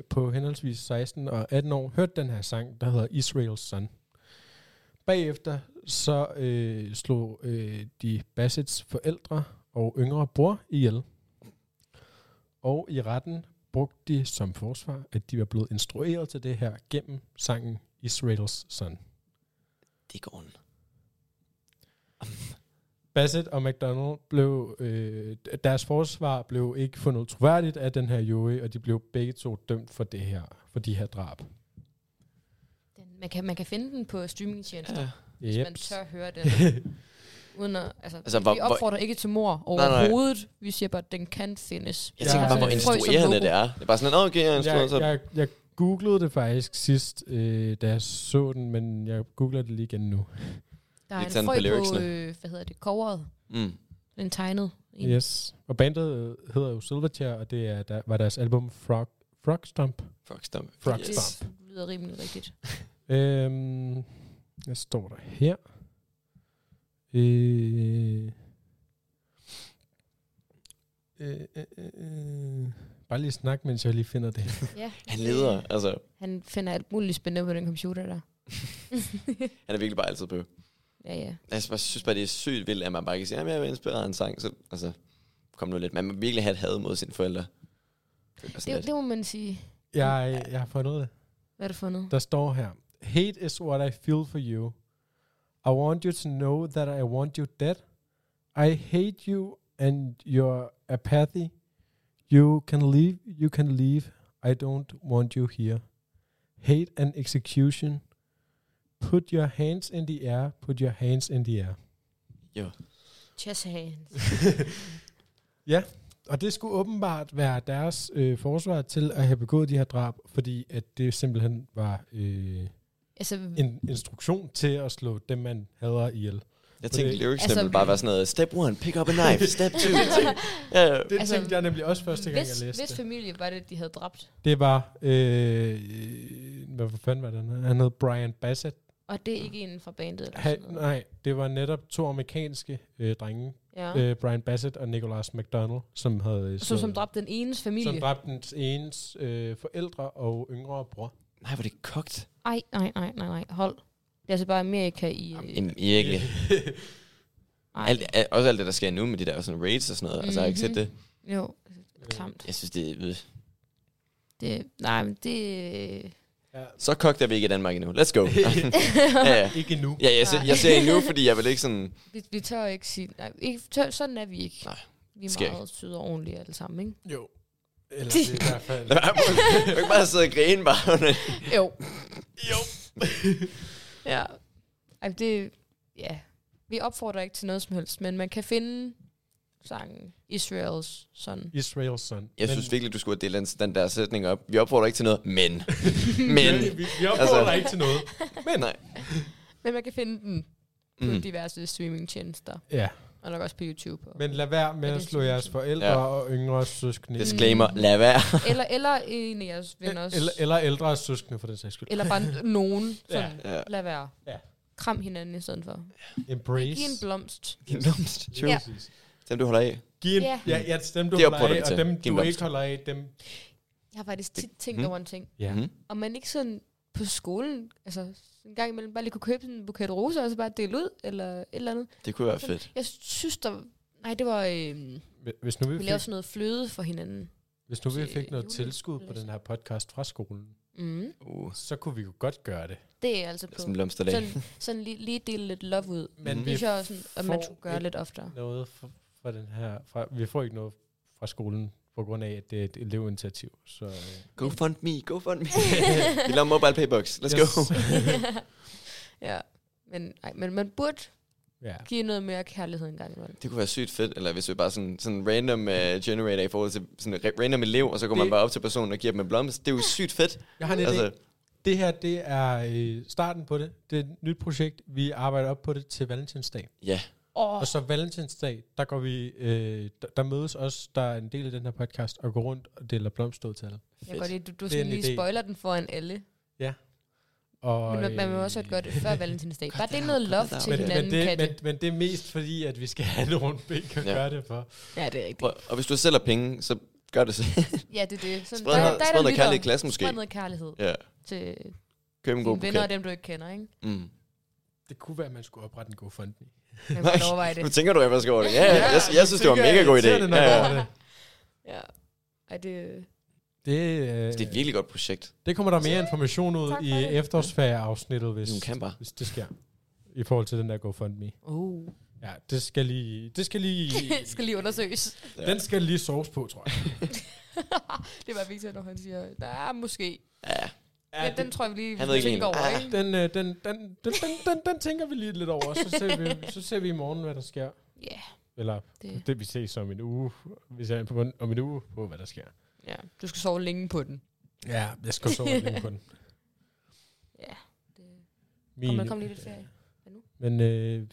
S1: på henholdsvis 16 og 18 år hørte den her sang, der hedder Israel's Son. Bagefter så øh, slog øh, de Bassets forældre og yngre bror ihjel. Og i retten brugte de som forsvar, at de var blevet instrueret til det her gennem sangen Israel's Son.
S3: Det går ondt.
S1: Bassett og McDonald blev, øh, deres forsvar blev ikke fundet troværdigt af den her jury, og de blev begge to dømt for det her, for de her drab.
S2: Den, man, kan, man kan finde den på streamingtjenester,
S3: Ja.
S2: hvis man tør høre den. Uden at, altså, altså,
S3: hvor-
S2: vi
S3: hvor-
S2: opfordrer ikke til mor
S3: nej.
S2: overhovedet. Vi siger bare, at den kan findes.
S3: Jeg
S1: Ja.
S3: tænker bare, hvor
S1: Ja.
S3: instruerende det er. Det er bare sådan, "Nå, okay, jeg er
S1: jeg,
S3: instrueret, så
S1: jeg, jeg googlede det faktisk sidst, øh, da jeg så den, men jeg googler det lige igen nu.
S2: Der er
S3: Lidt sådan
S2: en
S3: på
S2: frø på,
S3: lyricsene.
S2: øh, hvad hedder det, coveret.
S3: Mm.
S2: Den tegnet. En.
S1: Yes. Og bandet hedder jo Silverchair, og det er, der, var deres album Frog, Frogstomp.
S3: Fuck, stop.
S1: Fuck,
S2: Det
S1: stop. Stamp.
S2: lyder rimelig rigtigt.
S1: Øhm, jeg står der her. Øh, øh, øh, øh, bare lige snak, mens jeg lige finder det.
S2: ja.
S3: Han leder, altså.
S2: Han finder alt muligt spændende på den computer der.
S3: Han er virkelig bare altid på.
S2: ja, ja.
S3: Jeg synes bare- synes bare, det er sygt vildt, at man bare kan sige, at jeg er inspireret af en sang. Så, altså, kom nu lidt. Man må virkelig have et had mod sine forældre. Det er bare sådan
S2: Det,
S3: lidt.
S2: det må man sige.
S1: Jeg, jeg har fundet det.
S2: Hvad har du fundet?
S1: Der står her. Hate is what I feel for you. I want you to know that I want you dead. I hate you and your apathy. You can leave, you can leave. I don't want you here. Hate and execution. Put your hands in the air. Put your hands in the air.
S2: Chess hands.
S1: Og det skulle åbenbart være deres øh, forsvar til at have begået de her drab, fordi at det simpelthen var øh,
S2: Altså,
S1: en instruktion til at slå dem, man hader ihjel.
S3: Jeg tænkte,
S1: det-
S3: lyrics
S2: altså-
S3: altså, ville bare være sådan noget, step one, pick up a knife, step two. ja, ja.
S1: Det altså,
S2: Altså,
S1: tænkte jeg nemlig også første gang, jeg
S2: hvis,
S1: læste
S2: hvis
S1: det.
S2: familie var det, de havde dræbt.
S1: Det var, øh, hvad for fanden var det? han hed? Han hed Brian Bassett.
S2: Og det er ikke en fra bandet eller
S1: Han,
S2: sådan noget.
S1: nej, det var netop to amerikanske øh, drenge,
S2: Ja.
S1: ja. øh, Brian Bassett og Nicholas McDonald, som havde... øh,
S2: Så,
S1: slået-
S2: som dræbte den enes familie.
S1: Som dræbte dens ens øh, forældre og yngre bror.
S3: Nej, hvor er det kogt.
S2: Ej, nej, nej, nej, nej. Hold. Det er altså bare Amerika i... øh,
S3: Jamen, virkelig.
S2: ej.
S3: Alt, al- også alt det, der sker nu med de der sådan raids og sådan noget. Altså, jeg har ikke set
S2: Mhm.
S3: det.
S2: Jo,
S1: Øh.
S2: klamt.
S3: Jeg synes, det er... øh.
S2: Det, nej, men det...
S1: ja.
S3: Så kogt er vi ikke i Danmark endnu. Let's go. ja, ja.
S1: Ikke endnu.
S3: Ja, jeg, ser,
S2: Nej.
S3: jeg ser endnu, fordi jeg vil ikke sådan...
S2: Vi, vi tør ikke sige... Nej, ikke, tør, sådan er vi ikke.
S3: Nej,
S2: vi
S3: skal
S2: er meget søde og ordentlige alle sammen, ikke?
S1: Jo. Eller det er i hvert fald...
S3: Lad være med- Du kan ikke bare sidde og grine bare.
S2: Jo. jo. ja. Ej, det... Ja. Vi opfordrer ikke til noget som helst, men man kan finde sangen Israels sådan.
S1: Israels son.
S3: Jeg synes virkelig, du skulle have delt den der sætning op. Vi opfordrer ikke til noget, men. men. altså-
S1: Vi, vi opfordrer altså, ikke til noget.
S3: Men nej.
S2: Men man kan finde den på
S3: Mhm.
S2: diverse streamingtjenester,
S1: Ja.
S2: og nok også på YouTube. Og
S1: Men lad være med
S2: Ja,
S1: at slå
S2: det synes jeg
S1: jeres
S2: også.
S1: forældre
S3: Ja.
S1: ja. og yngre søskende.
S2: Det
S1: ihjel.
S3: Disclaimer, lad være.
S2: eller, eller en af jeres venner.
S1: eller, eller ældre søskende, for den sags skyld.
S2: eller bare nogen. Sådan,
S3: Ja.
S2: ja. Lad være.
S1: Ja.
S2: Kram hinanden i stedet for.
S1: Embrace.
S2: Giv en blomst.
S3: Din blomst. True.
S1: Ja.
S2: Ja.
S3: Dem, du holder af.
S1: Giv en,
S2: Ja.
S1: ja. Ja, ja, dem du
S3: Det
S1: holder
S3: opfordrer vi
S1: af, og
S3: til.
S1: dem
S3: Giv en
S1: du ikke
S3: blomst.
S1: holder af, dem... Mm.
S2: Jeg har faktisk tit tænkt
S3: Mhm.
S2: over en ting.
S1: Ja.
S3: Mhm.
S2: Om man ikke sådan på skolen, altså en gang imellem, bare lige kunne købe sådan en buket roser, og så bare dele ud, eller et eller andet.
S3: Det kunne være fedt.
S2: Jeg synes, der... Nej, det var... Øh,
S1: Hvis nu vi
S2: vi
S1: fik,
S2: lavede sådan noget fløde for hinanden.
S1: hvis nu vi
S2: til
S1: fik noget
S2: jule-
S1: tilskud på den her podcast fra skolen,
S2: Mm.
S3: Uh,
S1: så kunne vi jo godt gøre det.
S2: Det er jeg altså på.
S3: sådan en blomsterdag.
S2: Sådan, sådan lige, lige dele lidt love ud.
S1: Men
S3: Mhm.
S2: Det
S1: vi
S2: synes jeg også, at man
S1: får
S2: skulle gøre
S1: ikke
S2: lidt oftere.
S1: noget fra, fra den her... Fra, vi får ikke noget fra skolen, på grund af, at det er et elevinitiativ. Så, øh,
S3: Go fund me, go fund me. Vi laver mobile paybox. Let's go.
S2: ja, men, ej, men man burde
S1: ja.
S2: give noget mere kærlighed en gang imellem.
S3: Det kunne være sygt fedt, eller hvis vi bare sådan, sådan random uh, generator i forhold til sådan en ra- random elev, og så går man
S1: Det-
S3: bare op til personen og giver dem en blomst. Det er jo sygt fedt.
S1: Jeg har en idé.
S3: Altså,
S1: Det her, det er øh, starten på det. Det er et nyt projekt. Vi arbejder op på det til Valentinsdag.
S3: ja.
S1: Oh. Og så Valentinsdag, der går vi, øh, der, der mødes os, der er en del af den her podcast, og går rundt og deler blomster ud til alle.
S2: Jeg kan godt lide, du, du
S1: er
S2: sådan
S1: en
S2: lige
S1: idé.
S2: spoiler den foran alle.
S1: Og,
S2: Men man, man må
S1: øh,
S2: også godt gøre det før valentinsdag.
S3: Godt,
S2: Bare
S3: det
S2: det
S3: er
S2: noget
S3: jo-
S2: love
S3: det er jo-
S2: til
S1: men, men,
S2: hinanden,
S1: det,
S2: Katja.
S1: men, men det er mest fordi, at vi skal have en rundt bænk at
S3: Ja.
S1: ja. gøre det for.
S2: Ja, det er rigtigt.
S3: Prøv, og hvis du selv har penge, så gør det så.
S2: Ja, det er det. Sådan,
S3: Spred
S2: der-
S3: noget-
S2: der er
S3: spred noget
S2: lytter.
S3: kærlighed i klassen måske.
S2: Spred noget kærlighed
S3: ja.
S2: til
S3: Køb en god
S2: dine venner og
S3: buket.
S2: dem, du ikke kender, ikke?
S3: Mm.
S1: Det kunne være, at man skulle oprette en god fond.
S2: Man kan overveje det.
S3: Nu tænker du, at jeg skal over det. Ja, ja, jeg, jeg synes, det var en mega god idé. Ja, ja.
S2: Ja. Ej, det,
S1: Det, øh,
S3: Det er et virkelig godt projekt.
S1: det kommer der mere information ud
S2: Tak for
S1: i
S2: det.
S1: efterårsferieafsnittet, hvis,
S3: Hun kan bare.
S1: hvis det sker. I forhold til den der GoFundMe.
S2: oh.
S1: Ja, det skal lige... Det skal lige...
S2: skal lige undersøges.
S3: Ja.
S1: Den skal lige sovs på, tror jeg.
S2: det var Victor, når han siger, nej, måske.
S3: Ja.
S2: Ja, den tror jeg, vi lige
S3: Han ved ikke
S2: tænker
S3: helt.
S2: over,
S3: Ah.
S2: ikke?
S1: Den, øh, den, den, den, den, den, den tænker vi lige lidt over, og så ser, vi, så ser vi i morgen, hvad der sker.
S3: Ah.
S2: Ja.
S1: Eller
S2: Det.
S1: det, vi ses om en uge. Vi ser på, om en uge på, hvad der sker.
S2: Ja, du skal sove længe på den.
S1: Ja, jeg skal sove lidt længe på den.
S2: Ja. Det.
S1: Min,
S2: Kom, der kom lige lidt ferie.
S1: Men øh,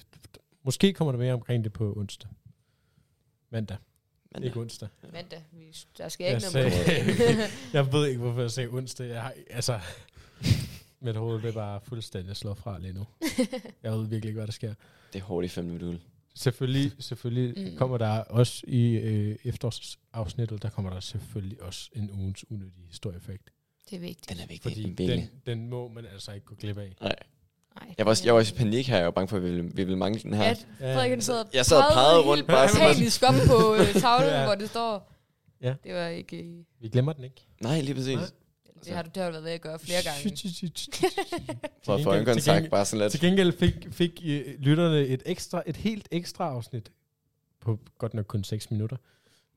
S1: måske kommer der mere omkring det på onsdag. Mandag.
S3: Men,
S1: Mandag. Ikke onsdag.
S2: Mandag. Vi, der skal
S1: Jeg
S2: ikke noget
S1: sagde- Jeg ved ikke, hvorfor jeg sagde onsdag. Jeg har, altså, mit hoved det er bare fuldstændig slået fra lige nu. Jeg ved virkelig ikke, hvad der sker.
S3: det er hårdt i fem minutter.
S1: Selvfølgelig, selvfølgelig
S2: Mm.
S1: mm. kommer der også i øh, efterårsafsnittet, der kommer der selvfølgelig også en ugens unødig historieeffekt.
S2: Det er vigtigt.
S3: Den er vigtig.
S1: Fordi
S3: virkelig.
S1: den, den må man altså ikke gå glip af.
S3: Nej.
S2: Ej,
S3: Jeg var, også, jeg var også i panik her. Jeg var bange for, at vi ville, vi ville mangle den her.
S2: Ja,
S1: Ja.
S2: Frederik, han sad og
S3: Jeg sad og pegede rundt bare
S2: bare
S3: sådan
S2: sådan panisk op på øh, tavlen,
S1: Ja.
S2: hvor det står.
S1: Ja.
S2: Det var ikke... øh,
S1: Vi glemmer den ikke.
S3: Nej, lige præcis.
S1: Nej.
S2: Det har du, det har du været ved at gøre flere gange.
S3: For
S1: gengæld-
S3: at få
S1: til
S3: øjenkontakt
S1: gengæld-
S3: bare sådan lidt.
S1: Til gengæld fik, fik øh, lytterne et ekstra, et helt ekstra afsnit på godt nok kun 6 minutter,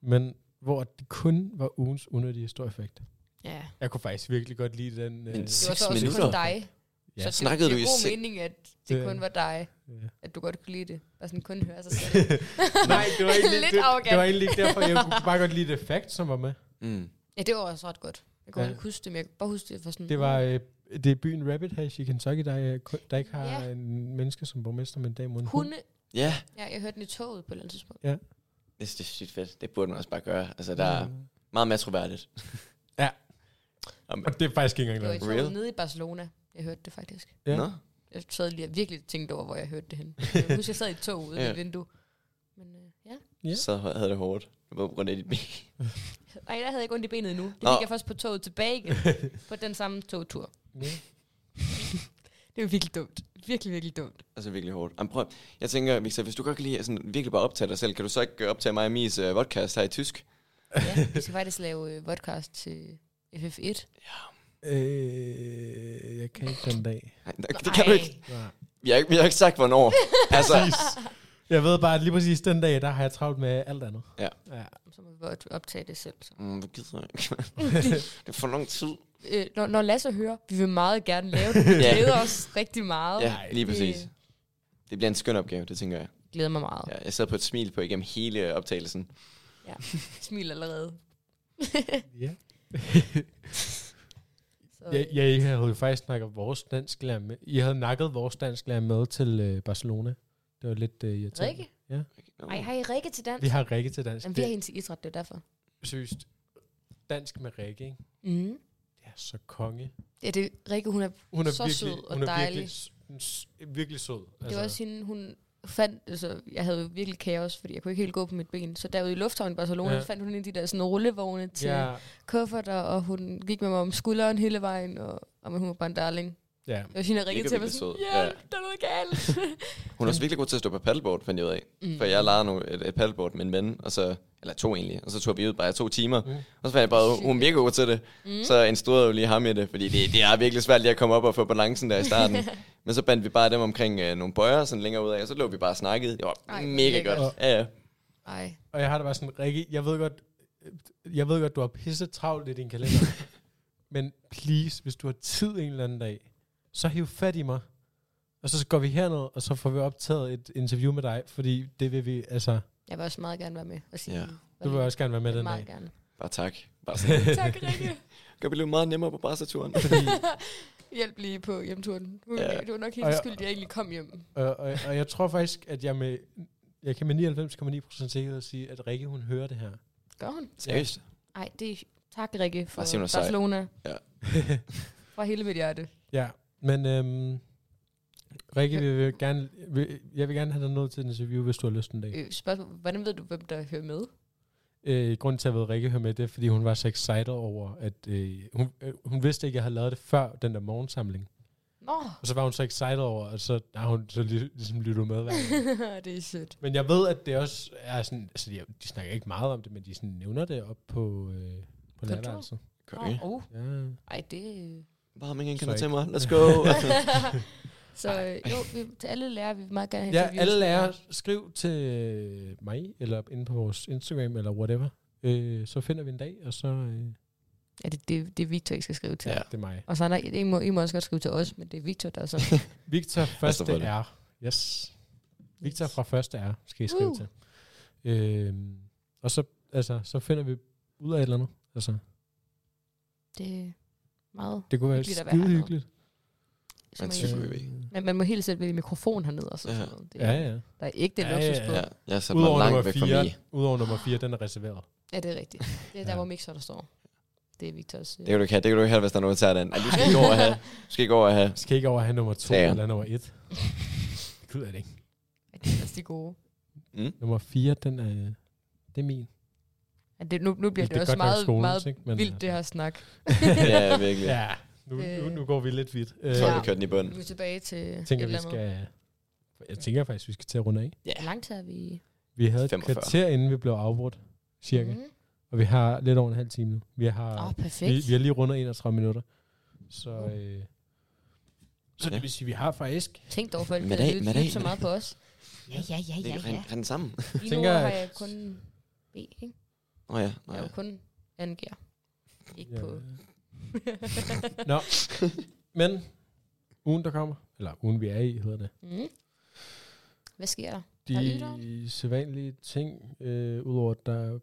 S1: men hvor det kun var ugens unødige historieeffekt.
S2: Ja.
S1: Jeg kunne faktisk virkelig godt lide den. øh,
S3: Men
S2: Det var
S3: Seks
S2: så også
S3: minutter.
S2: kun dig.
S1: Ja.
S2: Så det
S3: Snakkede
S2: giver
S3: du i
S2: god
S3: sek-
S2: mening, at det
S1: Det-
S2: kun var dig,
S1: ja.
S2: at du godt kunne lide det. Bare sådan kun høre sig selv.
S1: Nej, det var egentlig,
S2: Lidt
S1: det, det
S2: arrogant.
S1: var egentlig ikke derfor, jeg kunne bare godt lide det fact, som var med.
S3: Mm.
S2: Ja, det var også ret godt. Jeg kunne
S1: Ja.
S2: ja. ikke huske det, men jeg kan bare huske det for sådan...
S1: Det var øh, det er byen Rabbit Hash i Kentucky, der, øh, kun- der ikke har
S2: Ja.
S1: en menneske som borgmester, men derimod en hund.
S2: Hunde...
S3: Ja,
S2: Ja, jeg hørte den i toget på et eller andet tidspunkt.
S3: det, det er sygt fedt. Det burde man også bare gøre. Altså, der er meget mere troværdigt.
S1: Ja.
S3: Om,
S1: Mm. Og det er faktisk ikke
S2: Det
S1: engang
S2: var i
S1: løgn.
S2: toget
S3: Real?
S2: nede i Barcelona. Jeg hørte det faktisk.
S1: Ja.
S3: Nå,
S2: Jeg sad lige og virkelig tænkte over, hvor jeg hørte det hen. Jeg husker, jeg sad i et tog ude
S3: Ja.
S2: ja. ved vinduet. Men øh, ja.
S1: Ja.
S3: så havde det hårdt. Det var på grund af dit ben.
S2: Ej, der havde jeg ikke ondt i benet endnu. Det
S3: Nå.
S2: gik jeg først på toget tilbage igen, på den samme togtur.
S1: Ja.
S2: Det var virkelig dumt. Virkelig, virkelig dumt.
S3: Altså virkelig hårdt. Jamen, prøv, jeg tænker, Victor, hvis du godt kan lide sådan, virkelig bare optage dig selv, kan du så ikke øh, optage mig og Mies uh, podcast her i tysk?
S2: Ja, vi skal faktisk lave øh, podcast til FF1.
S1: Øh, jeg kan ikke den dag.
S3: Nej, det, det kan du ikke.
S1: Nej.
S3: Vi har ikke, vi har ikke sagt, hvornår. altså,
S1: Jeg ved bare, at lige præcis den dag, der har jeg travlt med alt andet.
S3: Ja.
S1: ja.
S2: Så må vi godt optage det selv. Så.
S3: mm, hvor gider jeg ikke, mand. Det er for lang tid.
S2: Øh, når, når Lasse hører, vi vil meget gerne lave det. Vi
S3: Ja.
S2: glæder os rigtig meget.
S3: Ja,
S2: Ja.
S3: lige
S2: det-
S3: præcis. Det bliver en skøn opgave, det tænker jeg.
S2: Glæder mig meget. Ja.
S3: Ja, jeg sad på et smil på igennem hele øh, optagelsen.
S2: Smil allerede.
S1: ja.
S2: Så Så,
S1: Ja, ja, I havde jo faktisk snakket vores dansklærer med. I havde nakket vores dansklærer med til øh, Barcelona. Det var lidt øh, irriterende.
S2: Rikke?
S3: Nå.
S2: Ej, har I Rikke til dans?
S1: Vi har Rikke til dansk.
S2: Jamen, vi har
S1: Det
S2: hende til idræt, det er derfor.
S1: er seriøst. Dansk med Rikke, ikke?
S2: Mm.
S1: Det er så konge.
S2: Ja, det Rikke, hun er,
S1: Hun er
S2: Så
S1: virkelig,
S2: sød og
S1: hun er
S2: dejlig.
S1: Virkelig, s- hun s- virkelig sød. altså.
S2: det var også hende, hun fandt, altså, jeg havde jo virkelig kaos, fordi jeg kunne ikke helt gå på mit ben. Så derude i lufthavnen i Barcelona,
S1: Ja.
S2: ja. fandt hun en af de der sådan, rullevogne til ja.
S1: Ja,
S2: kufferter, og hun gik med mig om skulderen hele vejen, og, og hun var bare en darling.
S1: ja.
S2: Jeg var hende, der
S3: Rikke
S2: ringede
S3: er
S2: til mig
S3: virkelig
S2: sådan,
S3: sød.
S2: ja,
S3: Ja.
S2: der er noget galt.
S3: Hun er også virkelig god til at stå på paddleboard, fandt jeg ud af.
S2: Mm.
S3: For jeg lejede nu et, et paddleboard med en ven, og så, eller to egentlig, og så tog vi ud bare i to timer.
S1: Mm.
S3: Mm. Og så fandt jeg bare, hun er mega god til det.
S2: Mm.
S3: Mm. Så instruerede jeg jo lige ham i det, fordi det, det er virkelig svært lige at komme op og få balancen der i starten. Men så bandt vi bare dem omkring øh, nogle bøjer sådan længere ud af, og så lå vi bare og snakkede. Det var
S2: Ej,
S3: Ej,
S2: hvor
S3: mega
S2: lækkert.
S3: godt. Ja, ja.
S2: Ej.
S1: Og jeg har det bare sådan, Rikke, jeg ved godt, jeg ved godt, du har pisse travlt i din kalender. men please, hvis du har tid en eller anden dag, så hiv fat i mig. Og så går vi herned, og så får vi optaget et interview med dig, fordi det vil vi, altså,
S2: Jeg vil også meget gerne være med og sige,
S3: Ja.
S1: du vil også gerne være med den
S2: meget
S1: dag.
S2: gerne.
S3: Bare tak. Bare sådan.
S7: Tak, Rikke.
S3: Gør vi lidt meget nemmere på brasseturen.
S1: Fordi,
S7: Hjælp lige på hjemturen. Hun,
S3: Ja.
S7: ja. Det var nok
S1: Og
S7: helt
S1: jeg-
S7: skyld, jeg egentlig kom hjem.
S1: og, og, og, jeg tror faktisk, at jeg med, jeg kan med 99,9% sikkerhed sige, at Rikke, hun hører det her.
S2: Gør hun?
S3: Seriøst?
S2: Ej, det er... Tak, Rikke, for
S3: Ej, se, hun er sej.
S2: Barcelona.
S3: Ja.
S2: Fra hele mit hjerte.
S1: Ja, men øhm, Rikke, vi vil gerne, vi, jeg vil gerne have dig ned til et interview, hvis du har lyst en dag.
S2: Øh, spørgsmål, hvordan ved du, hvem der hører med?
S1: Øh, grunden til, at jeg ved, at Rikke hører med, det er, fordi hun var så excited over, at øh, hun, øh, hun vidste ikke, at jeg havde lavet det før den der morgensamling.
S2: Nå,
S1: Og så var hun så excited over, og så har hun så lig, ligesom lyttet med. hver gang.
S2: det er sødt.
S1: men jeg ved, at det også er sådan, altså de, de snakker ikke meget om det, men de sådan nævner det op på, øh, på lærerværelset.
S2: Nå,
S3: Okay.
S2: uh,
S1: Ja.
S2: ej, det...
S3: Bare ingen
S1: Så
S3: kender til
S1: ikke.
S3: mig. Let's go. Altså,
S2: så øh, jo, vi, til alle lærere vil vi meget gerne have
S1: Ja,
S2: interviews
S1: alle
S2: med
S1: lærere,
S2: jer.
S1: skriv til mig, eller inde på vores Instagram, eller whatever. Øh, så finder vi en dag, og så... Øh,
S2: Ja, det, det, det er Victor, I skal skrive til.
S1: ja.
S2: Ja.
S1: det er mig.
S2: Og så er der, I må, I må også godt skrive til os, men det er Victor, der er så...
S1: Victor, første
S3: for Altså, det.
S1: R. Yes. Victor fra første R, skal I skrive
S2: Woo.
S1: til. Øh, og så, altså, så finder vi ud af et eller andet. Altså,
S2: Det er meget...
S1: det kunne være
S2: Hyggeligt at være
S1: skide
S2: hernede.
S1: hyggeligt.
S2: Som
S3: Men
S2: I-
S3: synes, vi
S1: Øh,
S2: Men man må helt sætte ved mikrofon hernede og sådan
S3: Ja.
S2: noget. Det,
S1: Ja, ja.
S2: Der er ikke det
S1: Ja, ja,
S2: luksus på.
S1: ja.
S3: ja, jeg satte mig
S1: Udover
S3: langt
S1: nummer,
S3: væk fra mig.
S1: 4, udover nummer 4, den er reserveret.
S2: Ja, det er rigtigt. Det er der,
S1: Ja.
S2: hvor mixer der står. Det er Victors... øh,
S3: Det kan du ikke have, det kan du ikke have, hvis der er nogen, der tager den. Ej, du skal ikke over og have. Du skal ikke over og have.
S1: Vi skal ikke over at have nummer 2
S3: Ja, ja.
S1: eller nummer 1. Gud er det ikke.
S2: Ej, det er altså de gode.
S3: Mm?
S1: Nummer 4, den er, det er min.
S2: Ja, det, nu, nu bliver det,
S1: er
S2: det også
S1: godt nok
S2: meget,
S1: skolens,
S2: meget
S1: ikke? Men,
S2: vildt, det
S1: altså.
S2: her snak.
S3: Ja, virkelig. Ja.
S1: Ja, nu, nu,
S2: Øh.
S1: nu går vi lidt vidt. Øh,
S3: Jeg tror,
S2: Ja.
S3: vi kørte den i bunden.
S2: Nu er vi tilbage til
S1: jeg tænker,
S2: et
S1: vi
S2: eller andet.
S1: skal, jeg tænker faktisk, vi skal til at runde af.
S2: Hvor langt er vi?
S1: Vi havde 45.
S3: 45.
S1: et kvarter, inden vi blev afbrudt, cirka. Mm.
S2: Mm.
S1: Og vi har lidt over en halv time nu. Vi har,
S2: Åh, oh, perfekt.
S1: vi, vi har lige rundet 31 minutter. Så,
S2: Wow.
S1: øh, så
S3: Ja.
S1: det vil sige, vi har faktisk...
S2: Tænk dog, for at
S3: Med dag,
S2: det
S3: med dag,
S2: lytter så
S3: med
S2: meget på os. Ja, ja, ja,
S3: Det
S2: ja,
S3: er
S2: ja.
S3: rent, rent sammen.
S2: Lige nu
S1: Tænker,
S2: har
S1: at-
S2: jeg kun B, ikke?
S3: Åh oh, ja,
S2: Jeg
S3: nej.
S2: er jo kun anden gear. Ikke på...
S1: Nå, men ugen, der kommer, eller ugen, vi er i, hedder det.
S2: Mm. Hvad sker der? Der er
S1: De sædvanlige ting, øh, udover at der,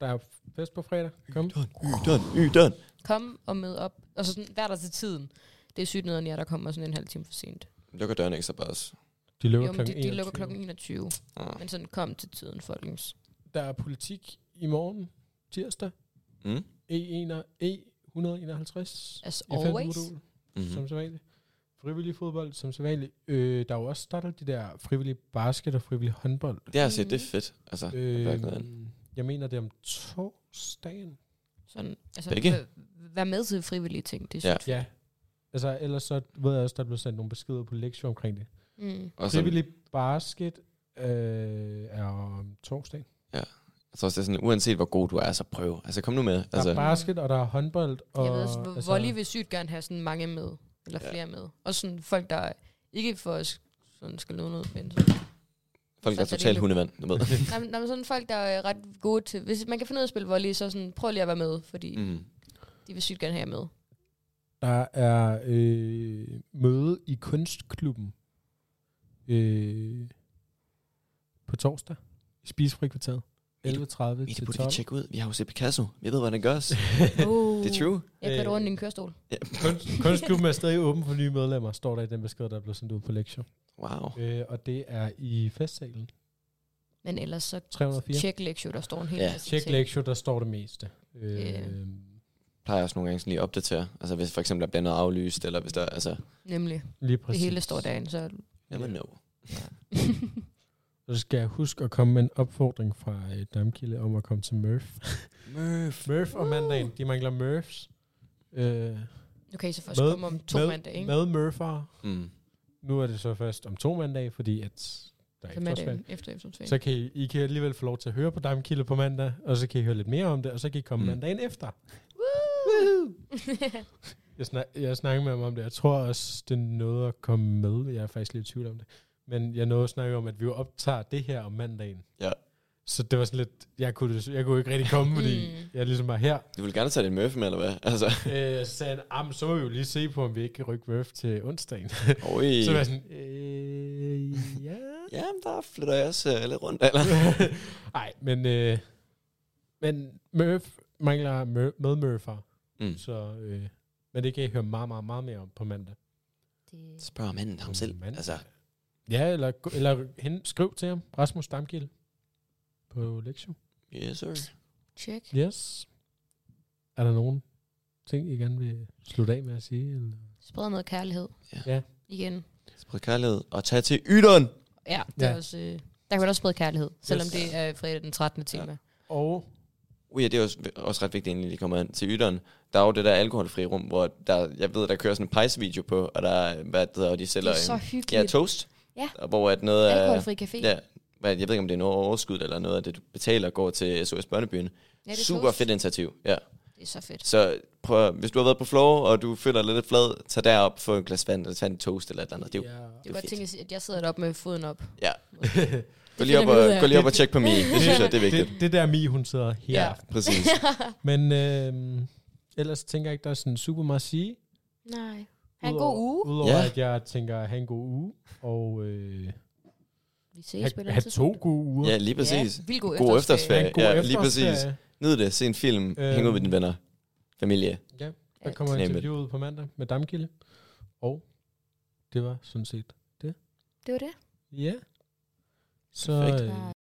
S1: der er fest på fredag. Kom.
S3: Yderen, yderen.
S2: Kom og mød op. Og så sådan, vær der til tiden. Det er sygt noget, når jeg der kommer sådan en halv time for sent.
S3: Lukker døren ikke så bare også.
S1: De lukker
S2: Jo, men de,
S1: klokken
S2: de lukker
S1: 21.
S2: klokken 21.
S3: Ah.
S2: Men sådan kom til tiden, folkens.
S1: Der er politik i morgen, tirsdag. E
S3: Mm?
S1: E1 E151.
S2: As always.
S1: FN-modul,
S3: Mm-hmm.
S1: som så vanligt. Frivillig fodbold, som så vanligt. Øh, der er jo også startet de der frivillige basket og frivillig håndbold.
S3: Det har jeg set, det er fedt. Altså,
S1: Øh,
S3: øh,
S1: jeg mener, det er om torsdagen.
S2: Sådan, altså,
S3: Begge?
S2: væ- Vær med til frivillige ting. Det er
S3: Ja.
S2: sygt.
S1: Ja. Altså, ellers så ved jeg også, der er blevet sendt nogle beskeder på lektier omkring det.
S2: Mm.
S3: og så,
S1: Frivillig basket øh, er om torsdagen.
S3: jeg tror også, det er sådan, uanset hvor god du er, så prøv. Altså, kom nu med.
S1: Der altså,
S3: Altså,
S1: er basket, og der er håndbold. Og,
S2: Jeg ved også, altså, volley vil sygt gerne have sådan mange med, eller
S3: Ja.
S2: flere med. Og sådan folk, der ikke for os sådan skal nå noget, men sådan,
S3: folk, der er
S2: så er det
S3: totalt
S2: lidt-
S3: hundevand, du ved.
S2: nej, men- nej, men sådan folk, der er ret gode til, hvis man kan finde ud af at spille volley, så sådan, prøv lige at være med, fordi mm.
S3: Mm.
S2: de vil sygt gerne have jer med.
S1: Der er øh, møde i kunstklubben øh, på torsdag. Spisefri kvarteret. 11.30
S3: Vi
S1: til
S3: kan burde lige
S1: 12.
S3: tjekke ud. Vi har jo set Picasso. Vi ved, hvordan det gøres.
S4: Oh.
S3: Det
S2: Uh.
S3: er true.
S4: Jeg kørte
S1: Øh.
S4: rundt i en kørestol.
S1: Kunst- Kunstklubben er stadig åben for nye medlemmer, står der i den besked, der blev sendt ud på lektion.
S3: Wow.
S1: Øh, og det er i festsalen.
S4: Men ellers så
S1: 304.
S4: tjek lektion, der står en hel
S3: Ja.
S4: masse
S1: Tjek
S4: ting.
S1: lektion, der står det meste. Øh,
S4: Ja.
S3: plejer også nogle gange sådan lige at opdatere. Altså hvis for eksempel der bliver noget aflyst, eller hvis der, altså,
S4: Nemlig.
S1: Lige
S4: Det
S1: præcis.
S4: hele står derinde, så...
S3: never know.
S1: Så skal jeg huske at komme med en opfordring fra øh, Damkilde om at komme til Murph.
S3: Murph.
S1: Murph og mandagen, de mangler Murphs. Øh,
S4: Okay, så først
S1: Med-
S4: komme om to
S1: med-
S4: mandage, ikke?
S1: Med Murph'ere.
S3: Mm.
S1: Nu er det så først om to mandage, fordi at der er
S4: Så Altså mandag
S1: efterårsferie.
S4: efter efterårsferien.
S1: Så kan I, I kan alligevel få lov til at høre på Damkilde på mandag, og så kan I høre lidt mere om det, og så kan I komme
S3: Mm.
S1: mm. mandagen efter.
S4: Woo!
S1: Jeg, snak, jeg snakkede med ham om det. Jeg tror også, det nåede at komme med. Jeg er faktisk lidt i tvivl om det. Men jeg nåede at snakke om, at vi jo optager det her om mandagen.
S3: Ja.
S1: Så det var sådan lidt, jeg kunne, des- jeg kunne ikke rigtig komme, fordi
S4: Mm.
S1: mm. jeg ligesom var her.
S3: Du vil gerne tage din Murph med, eller hvad? Altså,
S1: Øh, så sagde han, "Ah, men så må vi jo lige se på, om vi ikke kan rykke Murph til onsdagen.
S3: oj.
S1: Så var jeg sådan, øh, ja.
S3: Ja, der flytter jeg også uh, lidt rundt, eller?
S1: Nej, men, øh, men Murph mangler mør- med Murpher,
S3: Mm.
S1: så... Øh, men det kan I høre meget, meget, meget mere om på mandag.
S4: Det-
S3: Spørg manden ham selv.
S1: Mand.
S3: Altså,
S1: Ja, eller, eller hen, skriv til ham, Rasmus Damgild, på lektion.
S3: yes sir.
S4: Tjek.
S1: Yes. Er der nogen ting, I gerne vil slutte af med at sige? Eller?
S4: Spred noget kærlighed.
S3: Ja.
S1: Ja.
S4: Igen.
S3: Spred kærlighed og tag til ytteren.
S4: Ja, det er
S1: Ja.
S4: også... Øh, der kan man også sprede kærlighed, selvom
S1: Yes.
S4: det er fredag den 13. tema.
S1: Og
S3: Ui, ja, det er også, også ret vigtigt, egentlig, at de kommer ind til ytteren. Der er jo det der alkoholfri rum, hvor der, jeg ved, der kører sådan en pejsevideo på, og der er, hvad det hedder, og de
S4: Det
S3: sælger
S4: er så
S3: en, øh,
S4: hyggeligt.
S3: ja, toast.
S4: Ja.
S3: Og Hvor at noget af,
S4: Alkoholfri café.
S3: ja, hvad- jeg ved ikke, om det er noget overskud eller noget af det, du betaler, går til SOS Børnebyen.
S4: Ja, det er
S3: Super
S4: toast.
S3: fedt initiativ, ja.
S4: Det er så fedt.
S3: Så prøv, at- hvis du har været på floor, og du føler dig lidt flad, tag derop, få et glas vand, eller tag en toast eller et eller andet. Det er jo,
S1: ja.
S4: Det er
S3: er
S4: godt tænke, at jeg sidder deroppe med foden op.
S3: ja. Gå
S4: Det
S3: lige, op
S4: finder vi ud
S3: og,
S4: af.
S3: gå lige op og tjek på mig. Det synes jeg, det er vigtigt.
S1: det, det der Mi, hun sidder her.
S4: Ja.
S1: Ja.
S3: Præcis.
S1: Men øh, ellers tænker jeg ikke, der er sådan super meget at sige.
S4: Nej. Ha' en god
S1: Udover-
S4: uge.
S1: Udover
S3: Ja.
S1: at jeg tænker, have en god uge, og øh,
S4: Vi ses på et
S1: have,
S4: eller
S1: have
S4: andet
S1: to gode uger.
S3: Ja, lige præcis.
S4: Vildt god,
S3: God
S1: Ha'
S3: efterårsferie.
S1: en god
S3: Ja, lige
S1: efterårsferie.
S3: præcis. Nyd det, se en film,
S1: Øhm.
S3: hæng ud med dine venner, familie.
S1: Ja, der
S4: Alt.
S1: kommer
S3: Knæ med.
S1: interviewet ud på mandag med Damkilde. Og det var sådan set
S4: Det var det.
S1: Ja. Så
S3: Perfekt.
S1: øh,
S4: Der